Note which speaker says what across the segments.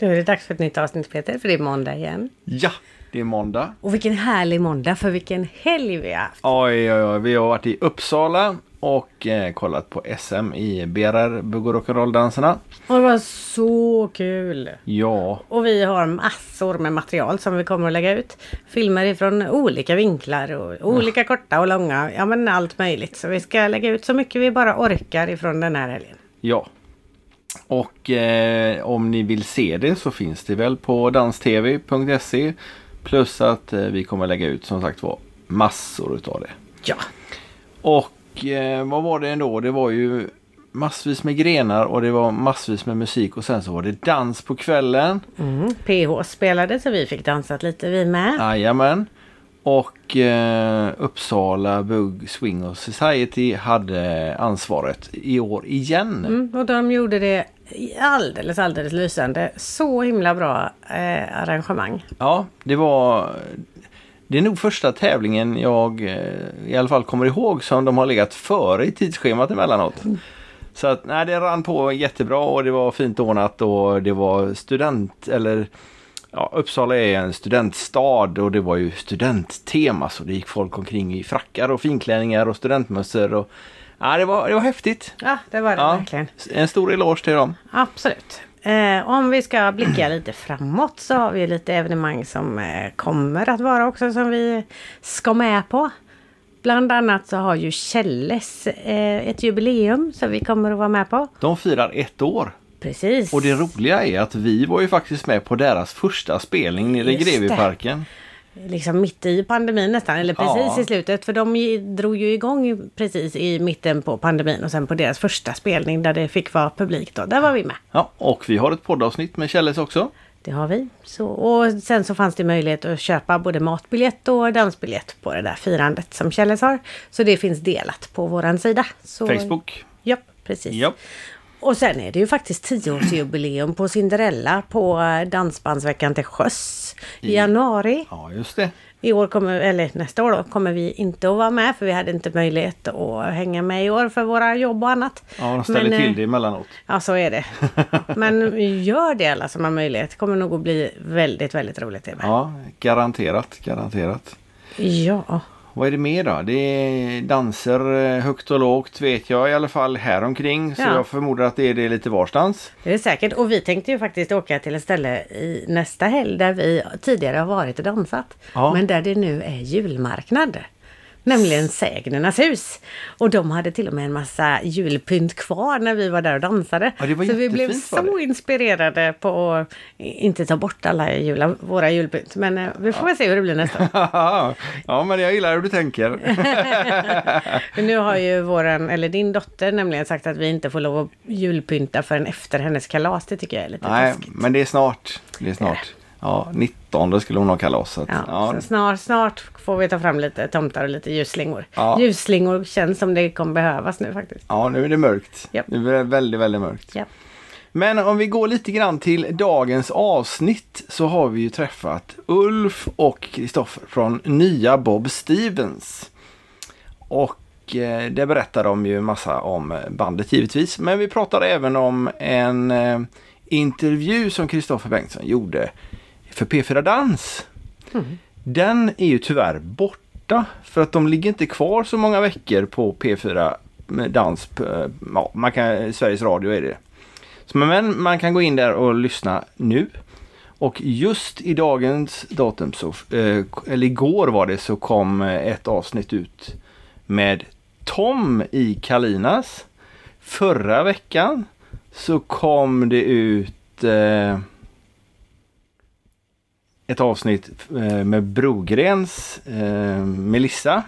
Speaker 1: Då är det dags för ett nytt avsnitt Peter, för det är måndag igen.
Speaker 2: Ja, det är måndag.
Speaker 1: Och vilken härlig måndag, för vilken helg vi har haft.
Speaker 2: Oj, oj, oj. Vi har varit i Uppsala och eh, kollat på SM i BRR, bugg och rock'n'roll-danserna.
Speaker 1: Och det var så kul!
Speaker 2: Ja,
Speaker 1: Och vi har massor med material som vi kommer att lägga ut. Filmer ifrån olika vinklar och olika korta och långa. Ja men allt möjligt. Så vi ska lägga ut så mycket vi bara orkar ifrån den här helgen.
Speaker 2: ja. Och eh, om ni vill se det så finns det väl på danstv.se. Plus att eh, vi kommer lägga ut som sagt var massor utav det.
Speaker 1: Ja!
Speaker 2: Och eh, vad var det ändå? Det var ju massvis med grenar och det var massvis med musik och sen så var det dans på kvällen.
Speaker 1: Mm. PH spelade så vi fick dansat lite vi med.
Speaker 2: Jajamän. Och eh, Uppsala Bug Swing Society hade ansvaret i år igen.
Speaker 1: Mm, och de gjorde det alldeles, alldeles lysande. Så himla bra eh, arrangemang.
Speaker 2: Ja, det var... Det är nog första tävlingen jag eh, i alla fall kommer ihåg som de har legat före i tidsschemat emellanåt.
Speaker 1: Mm.
Speaker 2: Så att nej, det rann på jättebra och det var fint ordnat och det var student eller ja, Uppsala är en studentstad och det var ju studenttema så det gick folk omkring i frackar och finklänningar och studentmössor och ja, det var, det var häftigt.
Speaker 1: Ja, det var det
Speaker 2: Ja,
Speaker 1: verkligen.
Speaker 2: en stor eloge till dem.
Speaker 1: Absolut. Eh, om vi ska blicka lite framåt så har vi lite evenemang som eh, kommer att vara också som vi ska med på. Bland annat så har ju Kjelles eh, ett jubileum som vi kommer att vara med på.
Speaker 2: De firar ett år.
Speaker 1: Precis.
Speaker 2: Och det roliga är att vi var ju faktiskt med på deras första spelning nere i
Speaker 1: Just det.
Speaker 2: Greviparken.
Speaker 1: liksom mitt i pandemin nästan, eller precis
Speaker 2: Ja.
Speaker 1: i slutet. För de ju- drog ju igång precis i mitten på pandemin och sen på deras första spelning där det fick vara publik då. Där var vi med.
Speaker 2: Ja, och vi har ett poddavsnitt med Kjelles också.
Speaker 1: Det har vi. Så, och sen så fanns det möjlighet att köpa både matbiljett och dansbiljett på det där firandet som Kjelles har. Så det finns delat på våran sida. Så,
Speaker 2: Facebook.
Speaker 1: Ja, precis.
Speaker 2: Ja.
Speaker 1: Och sen är det ju faktiskt 10-årsjubileum på Cinderella på eh, Dansbandsveckan till sjöss
Speaker 2: Mm.
Speaker 1: i januari.
Speaker 2: ja, just det.
Speaker 1: I år kommer, eller nästa år då, kommer vi inte att vara med för vi hade inte möjlighet att hänga med i år för våra jobb och annat.
Speaker 2: Ja, de ställer
Speaker 1: Men, eh,
Speaker 2: till det emellanåt.
Speaker 1: Ja, så är det. Men gör det alla som har möjlighet. Det kommer nog att bli väldigt, väldigt roligt. Det med.
Speaker 2: Ja, garanterat, garanterat.
Speaker 1: Ja.
Speaker 2: Vad är det mer då? Det är danser eh, högt och lågt vet jag i alla fall här omkring. Så
Speaker 1: Ja.
Speaker 2: jag förmodar att det är det lite varstans.
Speaker 1: det är det säkert. Och vi tänkte ju faktiskt åka till ett ställe i nästa helg där vi tidigare har varit och dansat.
Speaker 2: Ja.
Speaker 1: Men där det nu är julmarknad. Nämligen Sägnernas hus. Och de hade till och med en massa julpynt kvar när vi var där och dansade.
Speaker 2: Ja, det var
Speaker 1: så vi blev
Speaker 2: jättefint var
Speaker 1: så inspirerade på att inte ta bort alla jula, våra julpynt. Men eh, vi får väl se hur det blir nästa år.
Speaker 2: ja, men jag gillar hur du tänker.
Speaker 1: Men nu har ju våran, eller din dotter nämligen sagt att vi inte får lov att julpynta förrän efter hennes kalas. Det tycker jag är lite
Speaker 2: Nej,
Speaker 1: taskigt.
Speaker 2: men det är snart. Det är snart. Ja, 19 då skulle hon ha kalas. Så att,
Speaker 1: Ja,
Speaker 2: ja,
Speaker 1: Så snart, snart får vi ta fram lite tomtar och lite ljusslingor.
Speaker 2: Ja.
Speaker 1: Ljusslingor känns som det kommer behövas nu faktiskt.
Speaker 2: Ja, nu är det mörkt.
Speaker 1: Japp.
Speaker 2: Nu är det väldigt, väldigt mörkt.
Speaker 1: Ja.
Speaker 2: Men om vi går lite grann till dagens avsnitt så har vi ju träffat Ulf och Kristoffer från nya Bob Stevens. Och eh, det berättar de ju massa om bandet givetvis. Men vi pratar även om en eh, intervju som Kristoffer Bengtsson gjorde för P4 Dans. Den är ju tyvärr borta för att de ligger inte kvar så många veckor på P4 med dans. på- Ja, man kan, Sveriges Radio är det. Så, men man kan gå in där och lyssna nu. Och just i dagens datum, så, eh, eller igår var det, så kom eh, ett avsnitt ut med Tom i Kalinas. Förra veckan så kom det ut eh, ett avsnitt eh, med Brogrens eh, Melissa.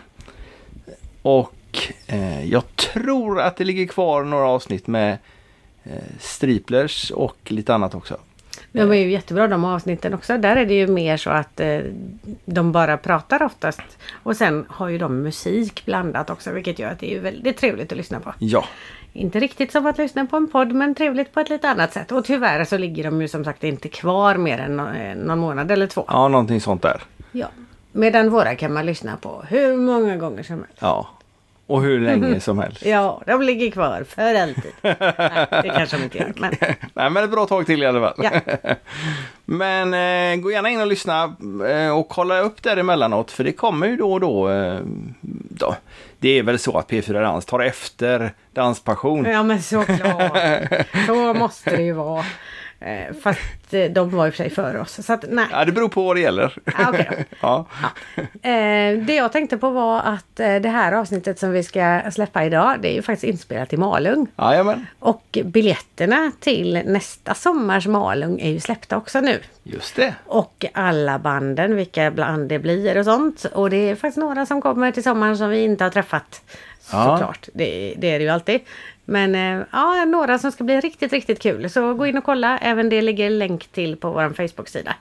Speaker 2: Och eh, jag tror att det ligger kvar några avsnitt med eh, Striplers och lite annat också.
Speaker 1: De är ju jättebra de avsnitten också. Där är det ju mer så att eh, de bara pratar oftast. Och sen har ju de musik blandat också vilket gör att det är ju väldigt trevligt att lyssna på.
Speaker 2: Ja,
Speaker 1: Inte riktigt som att lyssna på en podd men trevligt på ett lite annat sätt. Och tyvärr så ligger de ju som sagt inte kvar mer än nå- eh, någon månad eller två.
Speaker 2: ja någonting sånt där.
Speaker 1: Ja. Medan våra kan man lyssna på hur många gånger som helst.
Speaker 2: Ja. Och hur länge som helst.
Speaker 1: Ja, de ligger kvar för alltid. Nej, det kanske de inte gör. Men
Speaker 2: Nej, men ett bra tag till i alla fall.
Speaker 1: Ja.
Speaker 2: men eh, gå gärna in och lyssna eh, och kolla upp där emellanåt, för det kommer ju då och då, eh, då. Det är väl så att P4 Dans tar efter Danspassion.
Speaker 1: Ja men såklart. Så måste det ju vara. Eh, Fast eh, de var i och för sig före oss. Så att, nej.
Speaker 2: Ja, det beror på vad det gäller.
Speaker 1: Ah, okej då.
Speaker 2: ja.
Speaker 1: Eh, Det jag tänkte på var att eh, det här avsnittet som vi ska släppa idag, det är ju faktiskt inspelat i Malung.
Speaker 2: Jajamän,
Speaker 1: Och biljetterna till nästa sommars Malung är ju släppta också nu.
Speaker 2: just det.
Speaker 1: Och alla banden, vilka band det blir och sånt. Och det är faktiskt några som kommer till sommaren som vi inte har träffat.
Speaker 2: Ja.
Speaker 1: Såklart, det, det är det ju alltid. Men eh, ja, några som ska bli riktigt, riktigt kul. Så gå in och kolla. Även det ligger länk till på vår Facebook-sida.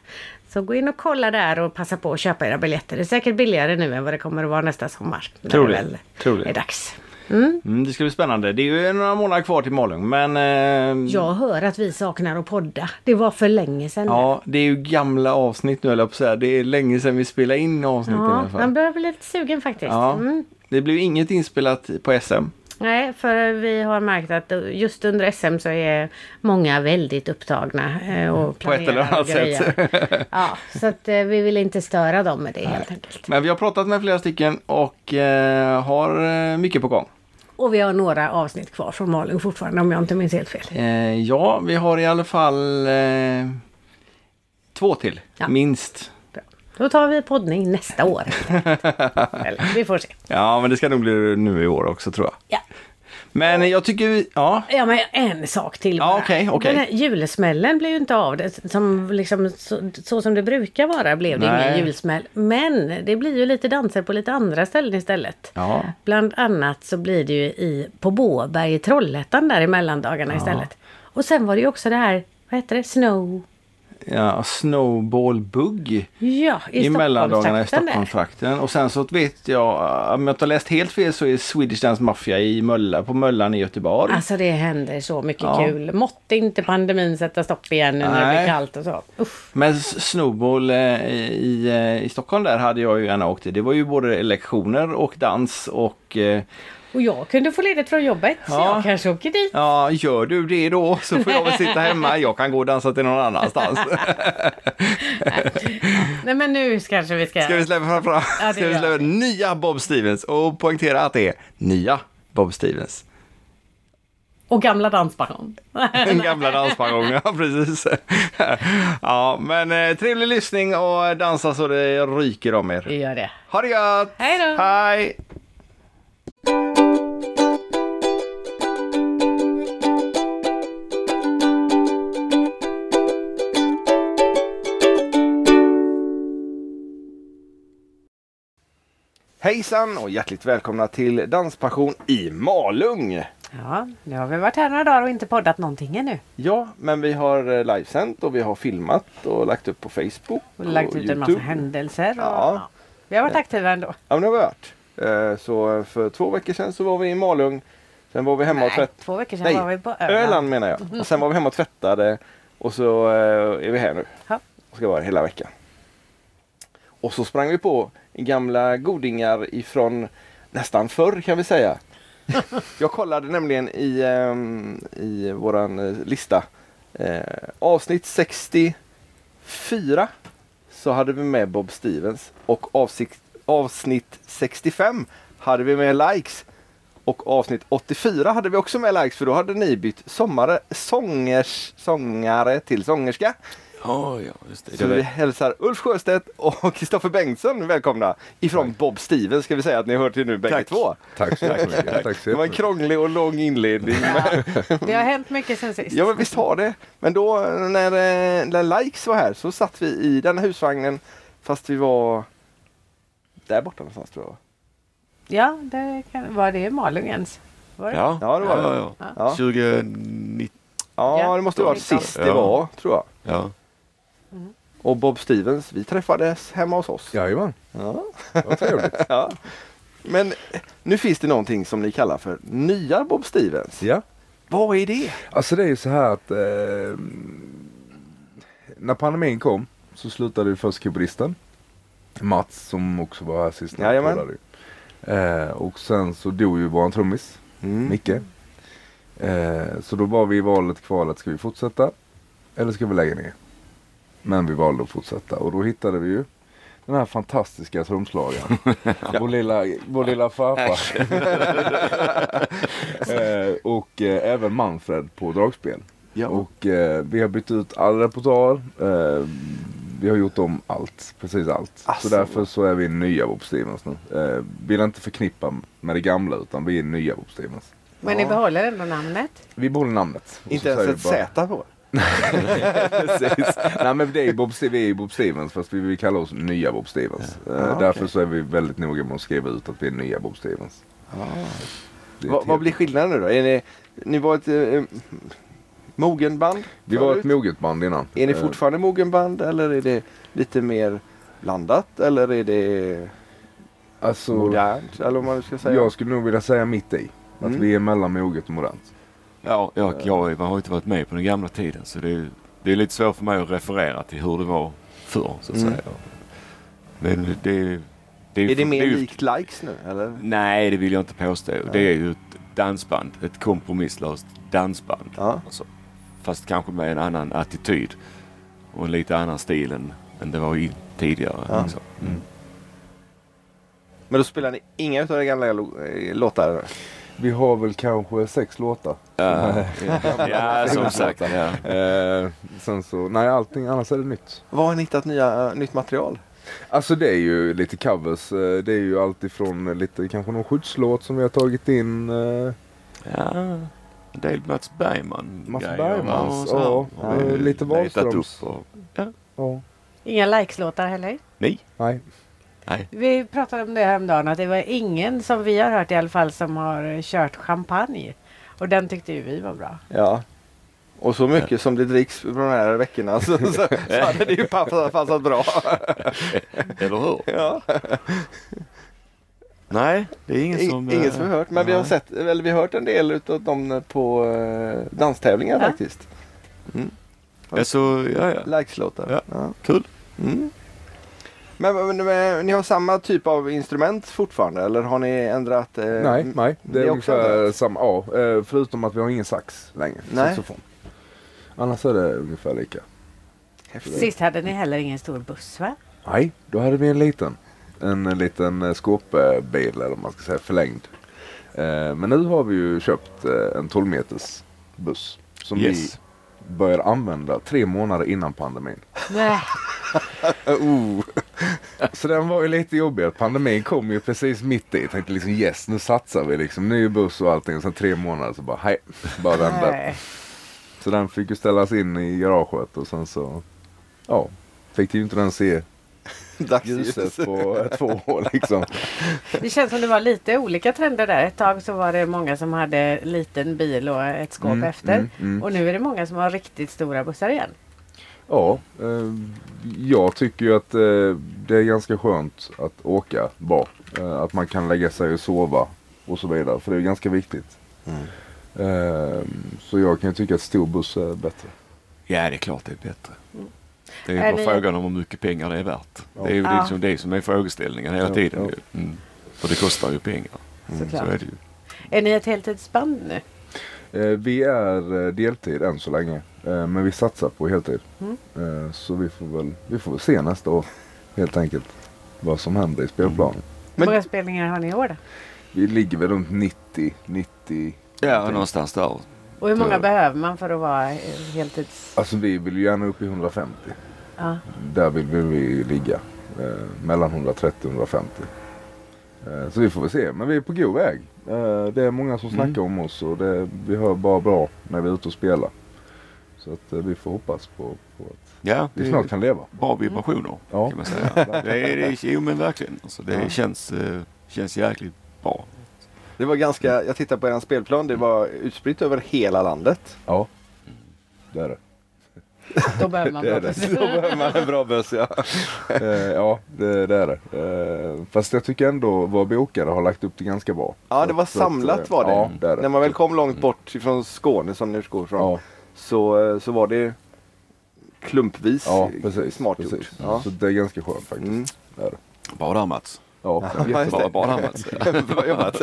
Speaker 1: Så gå in och kolla där och passa på att köpa era biljetter. Det är säkert billigare nu än vad det kommer att vara nästa sommar. när
Speaker 2: Tror det.
Speaker 1: väl
Speaker 2: Tror det.
Speaker 1: är dags.
Speaker 2: Mm, det ska bli spännande. Det är ju några månader kvar till Malung, men... Eh,
Speaker 1: Jag hör att vi saknar att podda. Det var för länge sedan.
Speaker 2: Ja, det är ju gamla avsnitt nu, eller på så här. Det är länge sedan vi spelade in avsnitten i alla
Speaker 1: ja man
Speaker 2: fall.
Speaker 1: börjar bli lite sugen faktiskt.
Speaker 2: Ja,
Speaker 1: Mm.
Speaker 2: det blev inget inspelat på SM.
Speaker 1: Nej, för vi har märkt att just under SM så är många väldigt upptagna eh, och
Speaker 2: På ett
Speaker 1: planerar
Speaker 2: eller
Speaker 1: och
Speaker 2: annat sätt.
Speaker 1: grejer. Ja, så att eh, vi vill inte störa dem med det helt enkelt.
Speaker 2: Men vi har pratat med flera stycken och eh, har eh, mycket på gång.
Speaker 1: Och vi har några avsnitt kvar från Malung fortfarande om jag inte minns helt fel.
Speaker 2: Eh, ja, vi har i alla fall eh, två till,
Speaker 1: Ja.
Speaker 2: minst.
Speaker 1: Bra. Då tar vi poddning nästa år. eller, vi får se.
Speaker 2: Ja, men det ska nog bli nu i år också tror jag.
Speaker 1: Ja.
Speaker 2: Men jag tycker vi, ja,
Speaker 1: Ja men en sak till
Speaker 2: Ja, okej, okej.
Speaker 1: Den här julsmällen blev ju inte av det. Som liksom, så, så som det brukar vara blev det
Speaker 2: Nej.
Speaker 1: ingen julsmäll. Men det blir ju lite danser på lite andra ställen istället.
Speaker 2: Ja.
Speaker 1: Bland annat så blir det ju i, på Båberg i Trollhättan där i mellandagarna istället. Och sen var det ju också det här, vad heter det, Snow...
Speaker 2: ja Snowball Bug
Speaker 1: Ja, i,
Speaker 2: i mellandagarna
Speaker 1: Stockholmstrakten där.
Speaker 2: i Stockholmstrakten. Och sen så vet jag, om jag inte har läst helt fel så är Swedish Dance Mafia i Mölla, på Möllan i Göteborg.
Speaker 1: Alltså det händer så mycket
Speaker 2: Ja.
Speaker 1: kul. Måtte inte pandemin sätta stopp igen nu när det
Speaker 2: Nej.
Speaker 1: blir kallt och så. Usch.
Speaker 2: Men s- Snowball eh, i, eh, i Stockholm där hade jag ju gärna åkt till. Det var ju både lektioner och dans och eh,
Speaker 1: Och jag kunde få ledigt från jobbet så
Speaker 2: Ja.
Speaker 1: jag kanske åker dit.
Speaker 2: ja, gör du det då så får jag väl sitta hemma. Jag kan gå och dansa till någon annanstans.
Speaker 1: Nej men nu kanske vi ska...
Speaker 2: Ska vi släppa fram,
Speaker 1: det
Speaker 2: ska vi
Speaker 1: gör
Speaker 2: släppa
Speaker 1: vi.
Speaker 2: nya Bob Stevens och poängtera att det är nya Bob Stevens.
Speaker 1: Och gamla dansband.
Speaker 2: Den gamla danspensionen, ja precis. Ja, men eh, trevlig lyssning och dansa så det ryker om er.
Speaker 1: Vi gör det.
Speaker 2: Ha det gött!
Speaker 1: Hej då!
Speaker 2: Hej! Hejsan och hjärtligt välkomna till Danspassion i Malung!
Speaker 1: Ja, nu har vi varit här några dagar och inte poddat någonting ännu.
Speaker 2: Ja, men vi har eh, livesänt och vi har filmat och lagt upp på Facebook
Speaker 1: Och lagt
Speaker 2: och
Speaker 1: ut en massa händelser. Och,
Speaker 2: Ja.
Speaker 1: ja. Vi har varit aktiva ändå.
Speaker 2: Ja, men det har vi hört. Eh, Så för två veckor sedan så var vi i Malung. Sen var vi hemma och
Speaker 1: Nej,
Speaker 2: tvättade.
Speaker 1: två veckor sedan
Speaker 2: Nej,
Speaker 1: var vi på Öland.
Speaker 2: Öland menar jag. Och sen var vi hemma och tvättade. Och så eh, är vi här nu.
Speaker 1: Ja.
Speaker 2: Och ska vara här hela veckan. Och så sprang vi på gamla godingar ifrån nästan förr kan vi säga. jag kollade nämligen i, ehm, i våran eh, lista. Eh, avsnitt 64 så hade vi med Bob Stevens och avsikt, avsnitt 65 hade vi med likes. Och avsnitt 84 hade vi också med likes för då hade ni bytt sommare, sångers, sångare till sångerska.
Speaker 3: Ja, ja, just det.
Speaker 2: Så vi hälsar Ulf Sjöstedt och Kristoffer Bengtsson välkomna. Ifrån Bob Stevens ska vi säga att ni hör till nu bägge
Speaker 3: Tack.
Speaker 2: två.
Speaker 3: Tack så mycket. Tack så
Speaker 2: Det var en
Speaker 3: mycket.
Speaker 2: krånglig och lång inledning.
Speaker 1: Ja. Det har hänt mycket sen sist.
Speaker 2: Ja men visst har det. Men då när, eh, när Likes var här så satt vi i den här husvagnen fast vi var där borta någonstans tror jag.
Speaker 1: Ja, det kan... var det Malung ens? Var det?
Speaker 3: Ja,
Speaker 2: Ja, det var det.
Speaker 3: Ja, ja.
Speaker 2: Ja,
Speaker 3: 2019.
Speaker 2: ja
Speaker 1: Ja,
Speaker 2: det måste vara
Speaker 1: liksom.
Speaker 2: sist det
Speaker 3: Ja.
Speaker 2: var tror jag.
Speaker 3: Ja.
Speaker 2: Och Bob Stevens, vi träffades hemma hos oss.
Speaker 4: Jajamän,
Speaker 2: Ja.
Speaker 4: vad trevligt.
Speaker 2: Ja. Men eh, nu finns det någonting som ni kallar för nya Bob Stevens.
Speaker 4: ja.
Speaker 2: Vad är det?
Speaker 4: Alltså det är ju så här att eh, när pandemin kom så slutade ju först keyboardisten Mats som också var här sist när vi
Speaker 2: Jajamän.
Speaker 4: poddade ju. Eh, och sen så dog ju våran trummis,
Speaker 2: Mm.
Speaker 4: Micke. Eh, så då var vi i valet kvalet, ska vi fortsätta eller ska vi lägga ner? Men vi valde att fortsätta och då hittade vi ju den här fantastiska trumslagaren. vår, lilla, vår lilla farfar. eh, och eh, även Manfred på dragspel.
Speaker 2: Ja.
Speaker 4: Och eh, vi har bytt ut all repertoar. Eh, vi har gjort om allt, precis allt.
Speaker 2: Alltså.
Speaker 4: Så därför så är vi nya Bob Stevens nu. Eh, vill inte förknippa med det gamla utan vi är nya Bob Stevens.
Speaker 1: Men ni behåller ändå namnet?
Speaker 4: Vi behåller namnet. Och
Speaker 2: Inte
Speaker 4: så
Speaker 2: ens
Speaker 4: säger
Speaker 2: ett
Speaker 4: vi bara-
Speaker 2: Z på.
Speaker 4: Precis. Nej men det är Bob, Ste- vi är Bob Stevens fast vi vill kalla oss nya Bob Stevens. Eh,
Speaker 2: Ah,
Speaker 4: Därför
Speaker 2: okej.
Speaker 4: så är vi väldigt noga med att skriva ut att vi är nya Bob Stevens. Det är
Speaker 2: Ah. Vad, vad
Speaker 4: ett helt-
Speaker 2: blir skillnaden nu då? Är ni, ni var ett eh, mogen band?
Speaker 4: Vi var ett
Speaker 2: förut?
Speaker 4: moget band innan.
Speaker 2: Är ni
Speaker 4: Eh,
Speaker 2: fortfarande mogen band eller är det lite mer blandat eller är det
Speaker 4: alltså,
Speaker 2: modernt? Eller vad man nu ska säga.
Speaker 4: Jag skulle nog vilja säga mitt i. Att
Speaker 2: Mm.
Speaker 4: vi är mellan moget och modernt.
Speaker 3: Ja, jag, jag har ju inte varit med på den gamla tiden så det är, det är lite svårt för mig att referera till hur det var förr så att
Speaker 2: Mm.
Speaker 3: säga. Men det, det, det
Speaker 2: är det mer
Speaker 3: ju-
Speaker 2: likt likes nu eller?
Speaker 3: Nej, det vill jag inte påstå. Det är ju ett dansband, ett kompromisslöst dansband.
Speaker 2: Ja.
Speaker 3: Alltså, fast kanske med en annan attityd och en lite annan stil än, än det var i, tidigare.
Speaker 2: Ja.
Speaker 3: Liksom. Mm.
Speaker 2: Men då spelar ni inga utav de gamla lo- eh, låtarna? nu?
Speaker 4: Vi har väl kanske sex låtar.
Speaker 3: Ja, ja, som sagt. Ja.
Speaker 4: Eh, sen så, nej allting annars är det nytt.
Speaker 2: Var har ni hittat nya, eh, nytt material?
Speaker 4: Alltså det är ju lite covers. eh, Det är ju allt ifrån lite kanske någon skyddslåt som vi har tagit in. eh,
Speaker 3: Ja. En del Mats Bergman.
Speaker 4: Mats
Speaker 3: grejer,
Speaker 4: Bergmans,
Speaker 3: va, och så här.
Speaker 4: ja.
Speaker 3: Har vi
Speaker 4: Eh, lite
Speaker 3: letat
Speaker 4: Wahlströms.
Speaker 3: upp och-
Speaker 4: Ja.
Speaker 1: Inga likes-låtar heller?
Speaker 3: Nej.
Speaker 4: Nej.
Speaker 3: Nej.
Speaker 1: Vi pratade om det häromdagen att det var ingen som vi har hört i alla fall som har eh, kört champagne. Och den tyckte ju vi var bra.
Speaker 2: Ja. Och så mycket som det dricks på de här veckorna så, så, så hade det ju passat, passat bra.
Speaker 3: Eller hur?
Speaker 2: Ja.
Speaker 3: Nej, det är ingen
Speaker 2: In,
Speaker 3: som...
Speaker 2: ingen
Speaker 3: eh,
Speaker 2: som har hört men vi har
Speaker 3: nej.
Speaker 2: sett, eller vi har hört en del utav dem på eh, danstävlingar
Speaker 1: Ja.
Speaker 2: faktiskt.
Speaker 3: Alltså, ja, ja.
Speaker 2: Likes-låtar.
Speaker 3: Ja.
Speaker 2: Ja.
Speaker 3: Kul.
Speaker 2: Mm. Men, men, men ni har samma typ av instrument fortfarande eller har ni ändrat? eh,
Speaker 4: nej, nej. mm, Det
Speaker 2: det
Speaker 4: är
Speaker 2: är också
Speaker 4: ungefär
Speaker 2: annat.
Speaker 4: samma. Ja, eh, förutom att vi har ingen sax längre.
Speaker 2: Nej.
Speaker 4: Saxofon. Annars är det ungefär lika.
Speaker 2: Häftigt.
Speaker 1: Sist hade ni heller ingen stor buss va?
Speaker 4: Nej, då hade vi en liten. En liten eh, skåpbil eller vad man ska säga, förlängd. Eh, Men nu har vi ju köpt eh, en 12 meters buss. Som
Speaker 3: Yes.
Speaker 4: vi började använda tre månader innan pandemin.
Speaker 1: Nej.
Speaker 4: Så den var ju lite jobbig. att Pandemin kom ju precis mitt i. Jag tänkte liksom yes, nu satsar vi liksom. Ny buss och allting. Och sen tre månader så bara hej, bara den där.
Speaker 1: Nej.
Speaker 4: Så den fick ju ställas in i garaget och sen så, ja, fick ju inte den se ljuset
Speaker 2: Dagsljuset.
Speaker 4: på eh, två år liksom.
Speaker 1: Det känns som det var lite olika trender där. Ett tag så var det många som hade liten bil och ett skåp
Speaker 4: Mm,
Speaker 1: efter.
Speaker 4: mm, mm.
Speaker 1: Och nu är det många som har riktigt stora bussar igen.
Speaker 4: Ja, eh, jag tycker ju att eh, det är ganska skönt att åka bra. Eh, att man kan lägga sig och sova och så vidare. För det är ju ganska viktigt. Eh, så jag kan ju tycka att stor buss är bättre.
Speaker 3: Ja, det är klart det är bättre. Det
Speaker 1: Är
Speaker 3: är bara
Speaker 1: ni-
Speaker 3: frågan om hur mycket pengar det är värt. Det är ju
Speaker 1: Ja.
Speaker 3: liksom det som är frågeställningen hela
Speaker 4: Ja,
Speaker 3: tiden.
Speaker 4: ja.
Speaker 3: ju. Mm. För det kostar ju pengar. Mm,
Speaker 1: Såklart.
Speaker 3: Så är det ju.
Speaker 1: Är ni ett heltidsband nu?
Speaker 4: Eh, vi är eh, deltid än så länge. Eh, men vi satsar på heltid. Eh, så vi får, väl, vi får väl se nästa år helt enkelt vad som händer i spelplanen.
Speaker 1: Hur
Speaker 2: Men-
Speaker 1: många spelningar har ni i år då?
Speaker 4: Vi ligger väl runt 90, 90
Speaker 3: Ja, någonstans där.
Speaker 1: Och hur många
Speaker 3: Ja.
Speaker 1: behöver man för att vara eh, heltids...
Speaker 4: Alltså vi vill ju gärna upp i 150.
Speaker 1: Ja.
Speaker 4: Där vill vi- vi ligga. Eh, mellan 130 och 150. Eh, så vi får väl se. Men vi är på god väg. Eh, det är många som snackar om oss och det, vi hör bara bra när vi är ute och spelar. Så att eh, vi får hoppas på, på att
Speaker 3: Ja,
Speaker 4: vi
Speaker 3: det
Speaker 4: snart
Speaker 3: är
Speaker 4: kan leva.
Speaker 3: bra vibrationer
Speaker 4: Ja.
Speaker 3: kan man säga. Det är, det är, jo men verkligen. Alltså, det känns, eh, känns jäkligt bra.
Speaker 2: Det var ganska, jag tittade på er spelplan, det var utspritt över hela landet.
Speaker 4: Ja, det är det.
Speaker 1: Då behöver man
Speaker 4: Det är
Speaker 1: prata.
Speaker 4: det.
Speaker 2: Då behöver man en bra buss ja.
Speaker 4: Eh, ja, det, det är det. Eh, fast jag tycker ändå vad vi åkare har lagt upp det ganska bra.
Speaker 2: Ja det var
Speaker 4: Så att, eh,
Speaker 2: samlat var det.
Speaker 4: Ja, det är det.
Speaker 2: När man väl kom långt bort ifrån Skåne som ni utgår från.
Speaker 4: ja.
Speaker 2: Så, eh, så var det klumpvis
Speaker 4: Ja,
Speaker 2: eh,
Speaker 4: precis.
Speaker 2: smart
Speaker 4: precis.
Speaker 2: gjort. Ja.
Speaker 4: Så det är ganska skönt faktiskt.
Speaker 2: Mm.
Speaker 4: Det är det.
Speaker 3: Bra där Mats.
Speaker 4: Ja,
Speaker 2: just
Speaker 4: jättebra.
Speaker 2: det.
Speaker 3: Bara, bara annat.
Speaker 2: Bra jobbat.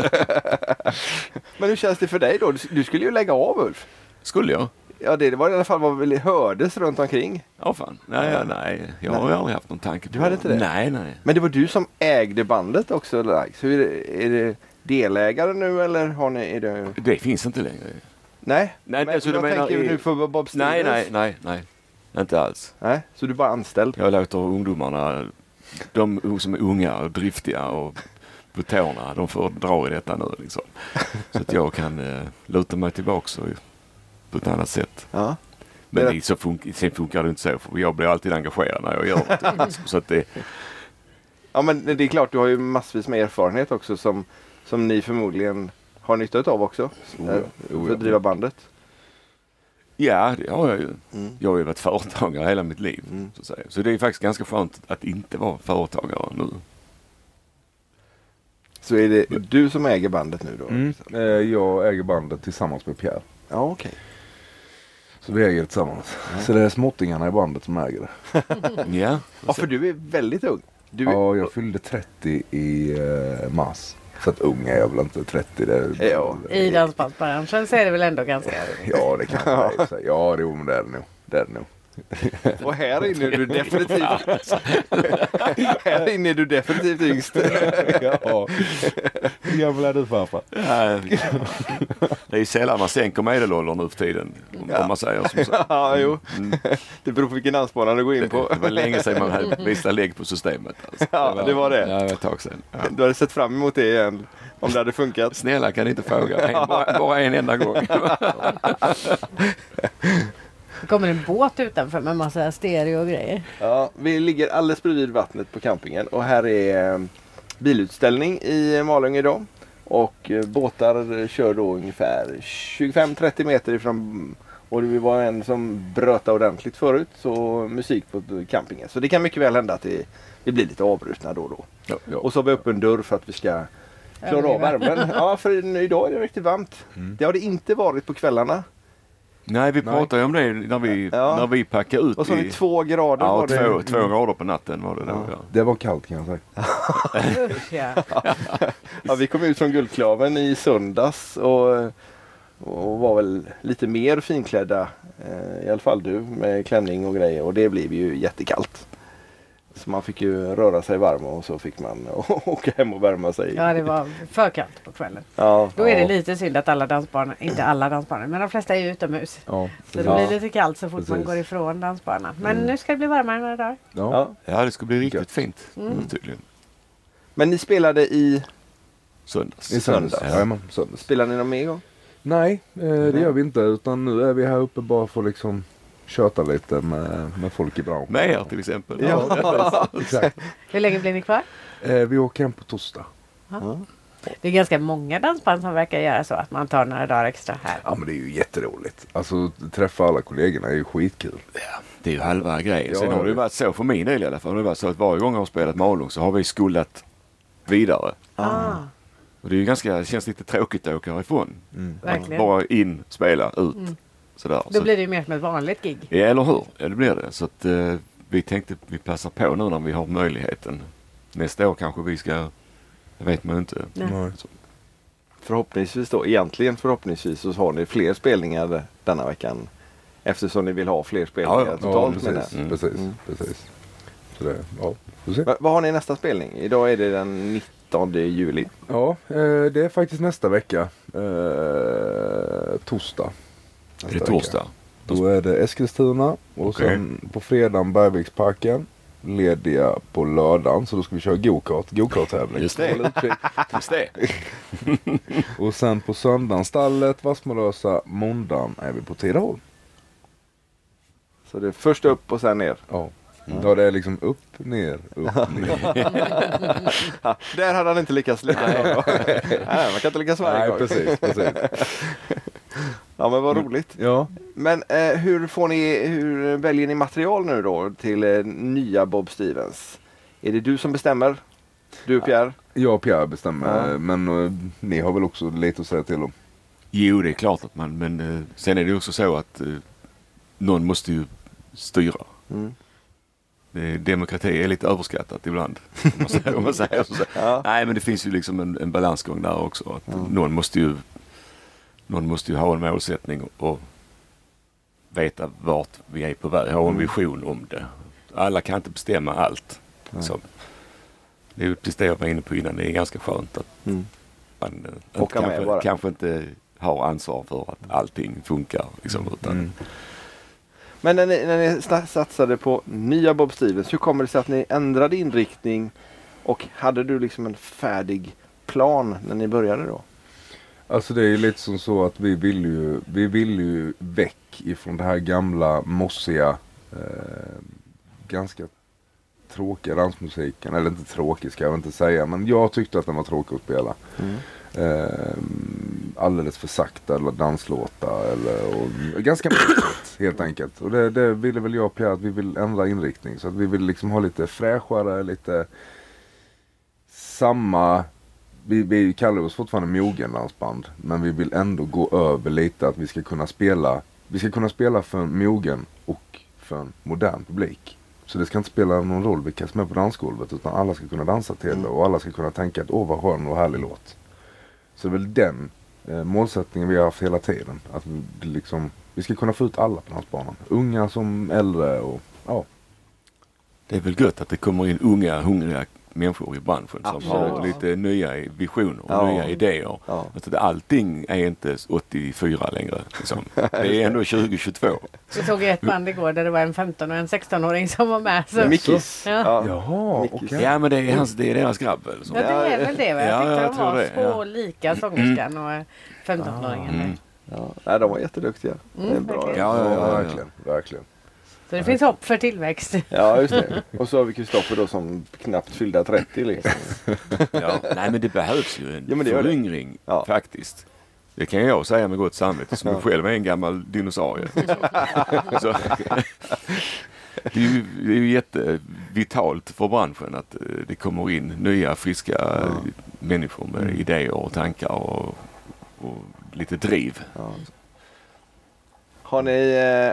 Speaker 2: Men hur känns det för dig då? Du- Du skulle ju lägga av Ulf.
Speaker 3: Skulle jag?
Speaker 2: Ja, det var i alla fall vad väl hördes runt omkring.
Speaker 3: Ja fan. Nej, ja, nej. jag har ju aldrig haft någon tanke på
Speaker 2: Du hade inte det?
Speaker 3: Nej, nej.
Speaker 2: Men det var du som ägde bandet också, Likes. Hur är, det, är det delägare nu eller har ni... Är det,
Speaker 3: Det finns inte längre.
Speaker 2: nej?
Speaker 3: Nej,
Speaker 2: men
Speaker 3: alltså, du
Speaker 2: jag
Speaker 3: menar
Speaker 2: tänker
Speaker 3: i-
Speaker 2: nu för Bob Stevens.
Speaker 3: Nej, nej, nej, nej. Inte alls.
Speaker 2: nej. Så du är bara anställd?
Speaker 3: Jag låter ungdomarna, de som är unga och driftiga och på tårna, de får dra i detta nu liksom. Så att jag kan eh, luta mig tillbaka och, på ett annat sätt.
Speaker 2: Ja.
Speaker 3: Men
Speaker 2: Det-
Speaker 3: det, så fun- sen funkar det inte så, för jag blir alltid engagerad när jag gör det. Liksom. Så att det,
Speaker 2: Ja, men det är klart, du har ju massvis med erfarenhet också som, som ni förmodligen har nytta av också.
Speaker 4: ja.
Speaker 2: Eh,
Speaker 4: Jo,
Speaker 2: för
Speaker 4: ja.
Speaker 2: att driva bandet.
Speaker 3: ja, det har jag ju.
Speaker 2: Mm.
Speaker 3: Jag har ju varit företagare hela mitt liv.
Speaker 2: Mm.
Speaker 3: Så, att säga. så det är faktiskt ganska skönt att inte vara företagare nu.
Speaker 2: Så är det du som äger bandet nu då?
Speaker 4: Mm. Eh, Jag äger bandet tillsammans med Pierre.
Speaker 2: Ja, okej.
Speaker 4: Så vi äger det tillsammans. Så det är småttingarna i bandet som äger det.
Speaker 3: Ja,
Speaker 2: Mm. Ja, för du är väldigt ung. Du är,
Speaker 4: Ja, jag fyllde 30 i eh, mars. Så att ung är jag väl inte. 30 det är...
Speaker 2: Ja.
Speaker 1: I dansbandsbranschen så är det väl ändå ganska...
Speaker 4: Ja, det kan man säga. Ja, jo, men det är det nog. Det är det nog.
Speaker 2: Och här inne är du definitivt... här inne är du definitivt yngst.
Speaker 4: ja. Hur gammal är du farfar?
Speaker 3: Ja, det är sällan man sänker medelåldern nu för tiden. Om, om man säger som så. Mm,
Speaker 2: Ja, jo. Det beror på vilken dansbana du går in på.
Speaker 3: Det var länge sedan man hade vissa lägg på systemet. Alltså.
Speaker 2: Ja, det var det.
Speaker 3: Ja, det var ett tag sedan. Ja.
Speaker 2: Du hade sett fram emot det igen. Om det hade funkat.
Speaker 3: Snälla kan ni inte fråga? En, bara, bara en enda gång.
Speaker 1: Det kommer en båt utanför med massa stereo och grejer.
Speaker 2: Ja, vi ligger alldeles bredvid vattnet på campingen och här är eh, bilutställning i Malung idag. Och eh, båtar eh, kör då ungefär 25-30 meter ifrån och det var en som bröta ordentligt förut så musik på campingen. Så det kan mycket väl hända att det, vi blir lite avbrutna då och då.
Speaker 3: Ja, ja.
Speaker 2: Och så har vi upp en dörr för att vi ska klara av
Speaker 1: Överleva.
Speaker 2: värmen. Ja, för nu- idag är det riktigt varmt. Det har det inte varit på kvällarna.
Speaker 3: Nej, vi pratade ju om det när vi,
Speaker 2: Ja.
Speaker 3: när vi packade ut.
Speaker 2: Och så har
Speaker 3: i-
Speaker 2: vi två grader
Speaker 3: ja,
Speaker 2: var det. Mm.
Speaker 3: två, två grader på natten var det då. Ja.
Speaker 4: Det var kallt kan jag säga.
Speaker 1: Usch, ja.
Speaker 2: Ja, vi kom ut från Guldklaven i söndags och, och var väl lite mer finklädda. Eh, I alla fall du med klänning och grejer och det blev ju jättekallt. Så man fick ju röra sig varm och så fick man åka hem och värma sig.
Speaker 1: ja, det var för kallt på kvällen.
Speaker 2: Ja,
Speaker 1: Då är det
Speaker 2: ja.
Speaker 1: lite synd att alla dansbanor, inte alla dansbanor, men de flesta är ju utomhus.
Speaker 4: Ja,
Speaker 1: Så det
Speaker 4: ja.
Speaker 1: blir lite kallt så fort man
Speaker 4: Precis.
Speaker 1: går ifrån dansbanan. Men
Speaker 3: Mm.
Speaker 1: nu ska det bli varmare några dagar.
Speaker 4: ja.
Speaker 2: Ja.
Speaker 3: ja, det skulle bli riktigt fint. Mm. Tydligen.
Speaker 2: Men ni spelade i...
Speaker 3: Söndags.
Speaker 4: I söndags.
Speaker 3: Ja.
Speaker 4: Jajamän, söndags.
Speaker 2: Spelade ni någon mer gång?
Speaker 4: Nej, eh, det gör vi inte. Utan nu är vi här uppe bara för att liksom köta lite med, med folk i branschen.
Speaker 3: Med er till exempel.
Speaker 4: Ja, exakt.
Speaker 1: Hur länge blir ni kvar?
Speaker 4: Eh, vi åker hem på torsdag.
Speaker 1: Det är ganska många dansband som verkar göra så att man tar några dagar extra här.
Speaker 4: Ja men det är ju jätteroligt. Alltså träffa alla kollegorna är ju skitkul.
Speaker 3: Det är ju halva grejen.
Speaker 4: Ja,
Speaker 3: Sen
Speaker 4: ja,
Speaker 3: har det ju
Speaker 4: ja.
Speaker 3: varit så för min del i alla fall. Det har varit så att varje gång jag har spelat Malung så har vi skullat vidare.
Speaker 1: Ah,
Speaker 3: Och det är ju ganska, det känns lite tråkigt att åka härifrån.
Speaker 4: Mm.
Speaker 3: Att
Speaker 1: verkligen.
Speaker 3: Mm.
Speaker 1: Mm.
Speaker 3: bara in, spela, ut. Sådär.
Speaker 1: Då
Speaker 3: Så,
Speaker 1: blir det ju mer som ett vanligt gig.
Speaker 3: Ja, eller hur? Ja, det blir det. Så att eh, vi tänkte att vi passar på nu när vi har möjligheten. Nästa år kanske vi ska, det vet man ju inte.
Speaker 1: Nej.
Speaker 3: Så,
Speaker 2: Förhoppningsvis då, egentligen förhoppningsvis så har ni fler spelningar denna veckan. Eftersom ni vill ha fler spelningar
Speaker 3: Ja, ja.
Speaker 4: Ja,
Speaker 2: totalt menar
Speaker 4: precis.
Speaker 2: jag.
Speaker 3: Mm.
Speaker 4: Precis, precis. Så det, ja, får se.
Speaker 2: Va- Vad har ni nästa spelning? Idag är det den 19 juli.
Speaker 4: Ja, eh, det är faktiskt nästa vecka. Eh, torsdag. Nästa
Speaker 3: är det
Speaker 4: vecka.
Speaker 3: torsdag?
Speaker 4: Då är det Eskilstuna och
Speaker 3: Okej.
Speaker 4: sen på fredagen Bergviksparken. Lediga på lördagen så då ska vi köra go-kart, go-kart-tävling.
Speaker 3: Just det.
Speaker 4: Håll utkik.
Speaker 3: Just det.
Speaker 4: Och sen på söndagen Stallet, Vassmolösa, måndagen är vi på Tidaholm.
Speaker 2: Så det är först upp och sen ner.
Speaker 4: Ja. ja, det är liksom upp, ner, upp, ner.
Speaker 2: Ja, där hade han inte lyckats lika bra. Nej, man kan inte lyckas varje
Speaker 4: Nej,
Speaker 2: gång.
Speaker 4: precis, precis.
Speaker 2: Ja, men vad roligt.
Speaker 4: Ja.
Speaker 2: Men eh, hur, får ni, hur väljer ni material nu då till eh, nya Bob Stevens? Är det du som bestämmer? Du Pierre?
Speaker 4: Jag och Pierre bestämmer,
Speaker 2: Ja.
Speaker 4: men eh, ni har väl också lite att säga till om.
Speaker 3: Jo, det är klart att man, men eh, sen är det ju också så att eh, någon måste ju styra.
Speaker 2: Mm.
Speaker 3: eh, demokrati är lite överskattat ibland. Om man säger, om man säger så.
Speaker 4: Ja.
Speaker 3: Nej men det finns ju liksom en, en balansgång där också. Att någon, måste ju, någon måste ju ha en målsättning och veta vart vi är på väg. Ha en vision om det. Alla kan inte bestämma allt. Liksom. Det är ju precis det jag var inne på innan. Det är ganska skönt att
Speaker 2: Mm.
Speaker 3: man eh, inte,
Speaker 4: Åka med
Speaker 3: kanske,
Speaker 4: bara.
Speaker 3: kanske inte har ansvar för att allting funkar. Liksom, utan
Speaker 2: Men när ni, när ni sta- satsade på nya Bob Stevens, hur kommer det sig att ni ändrade inriktning? Och hade du liksom en färdig plan när ni började då?
Speaker 4: Alltså det är ju lite som så att vi vill ju, vi vill ju väck ifrån det här gamla mossiga, eh, ganska tråkiga dansmusiken. Eller inte tråkig ska jag väl inte säga, men jag tyckte att den var tråkig att spela. Eh, alldeles för sakta eller danslåtar eller och, ganska mysigt helt enkelt. Och det, det ville väl jag och Pierre att vi vill ändra inriktning. Så att vi vill liksom ha lite fräschare, lite samma vi, vi kallar oss fortfarande mogendansband. Men vi vill ändå gå över lite att vi ska kunna spela. Vi ska kunna spela för en mogen och för en modern publik. Så det ska inte spela någon roll vilka som är på dansgolvet. Utan alla ska kunna dansa till
Speaker 3: Mm.
Speaker 4: det och alla ska kunna tänka att åh vad skön och härlig låt. Så det är väl den eh, målsättningen vi har haft hela tiden. Att vi, det liksom, vi ska kunna få ut alla på dansbanan. Unga som äldre och ja.
Speaker 3: Det är väl gött att det kommer in unga, hungriga människor i branschen som har
Speaker 2: Absolut.
Speaker 3: lite nya visioner och
Speaker 2: Ja.
Speaker 3: nya idéer.
Speaker 2: Ja.
Speaker 3: Alltså, det- allting är inte 84 längre. Liksom. Det är ändå 2022.
Speaker 1: Vi såg ju ett band igår där det var en 15 och en 16-åring som var med. Så.
Speaker 2: Mickis.
Speaker 1: Ja.
Speaker 4: Jaha,
Speaker 2: Mickis.
Speaker 4: okej.
Speaker 3: Ja men det är, hans, det är deras grabb. Eller så.
Speaker 1: Ja, det är väl det. Va? Jag
Speaker 3: Ja,
Speaker 1: tyckte
Speaker 3: jag
Speaker 1: de
Speaker 3: tror
Speaker 1: var
Speaker 3: det, ja.
Speaker 1: så lika sångerskan och eh, 15-åringen. där.
Speaker 3: Mm.
Speaker 2: Ja. Nej, de var jätteduktiga.
Speaker 1: Mm,
Speaker 2: det är bra.
Speaker 1: verkligen.
Speaker 3: Ja, ja, ja, ja.
Speaker 4: verkligen. verkligen.
Speaker 1: Så det finns hopp för tillväxt.
Speaker 3: Mm.
Speaker 2: Ja, just det. Och så har vi Kristoffer då som knappt fyllda 30 liksom.
Speaker 3: Ja. Nej men det behövs ju en
Speaker 2: Ja, men det gör det.
Speaker 3: föryngring
Speaker 2: Ja.
Speaker 3: faktiskt. Det kan jag säga med gott samvete som jag själv är en gammal dinosaurie. Så, det, är ju, det är ju jättevitalt för branschen att eh, det kommer in nya friska eh, människor med
Speaker 2: Mm.
Speaker 3: idéer och tankar och, och lite driv.
Speaker 2: Har ni,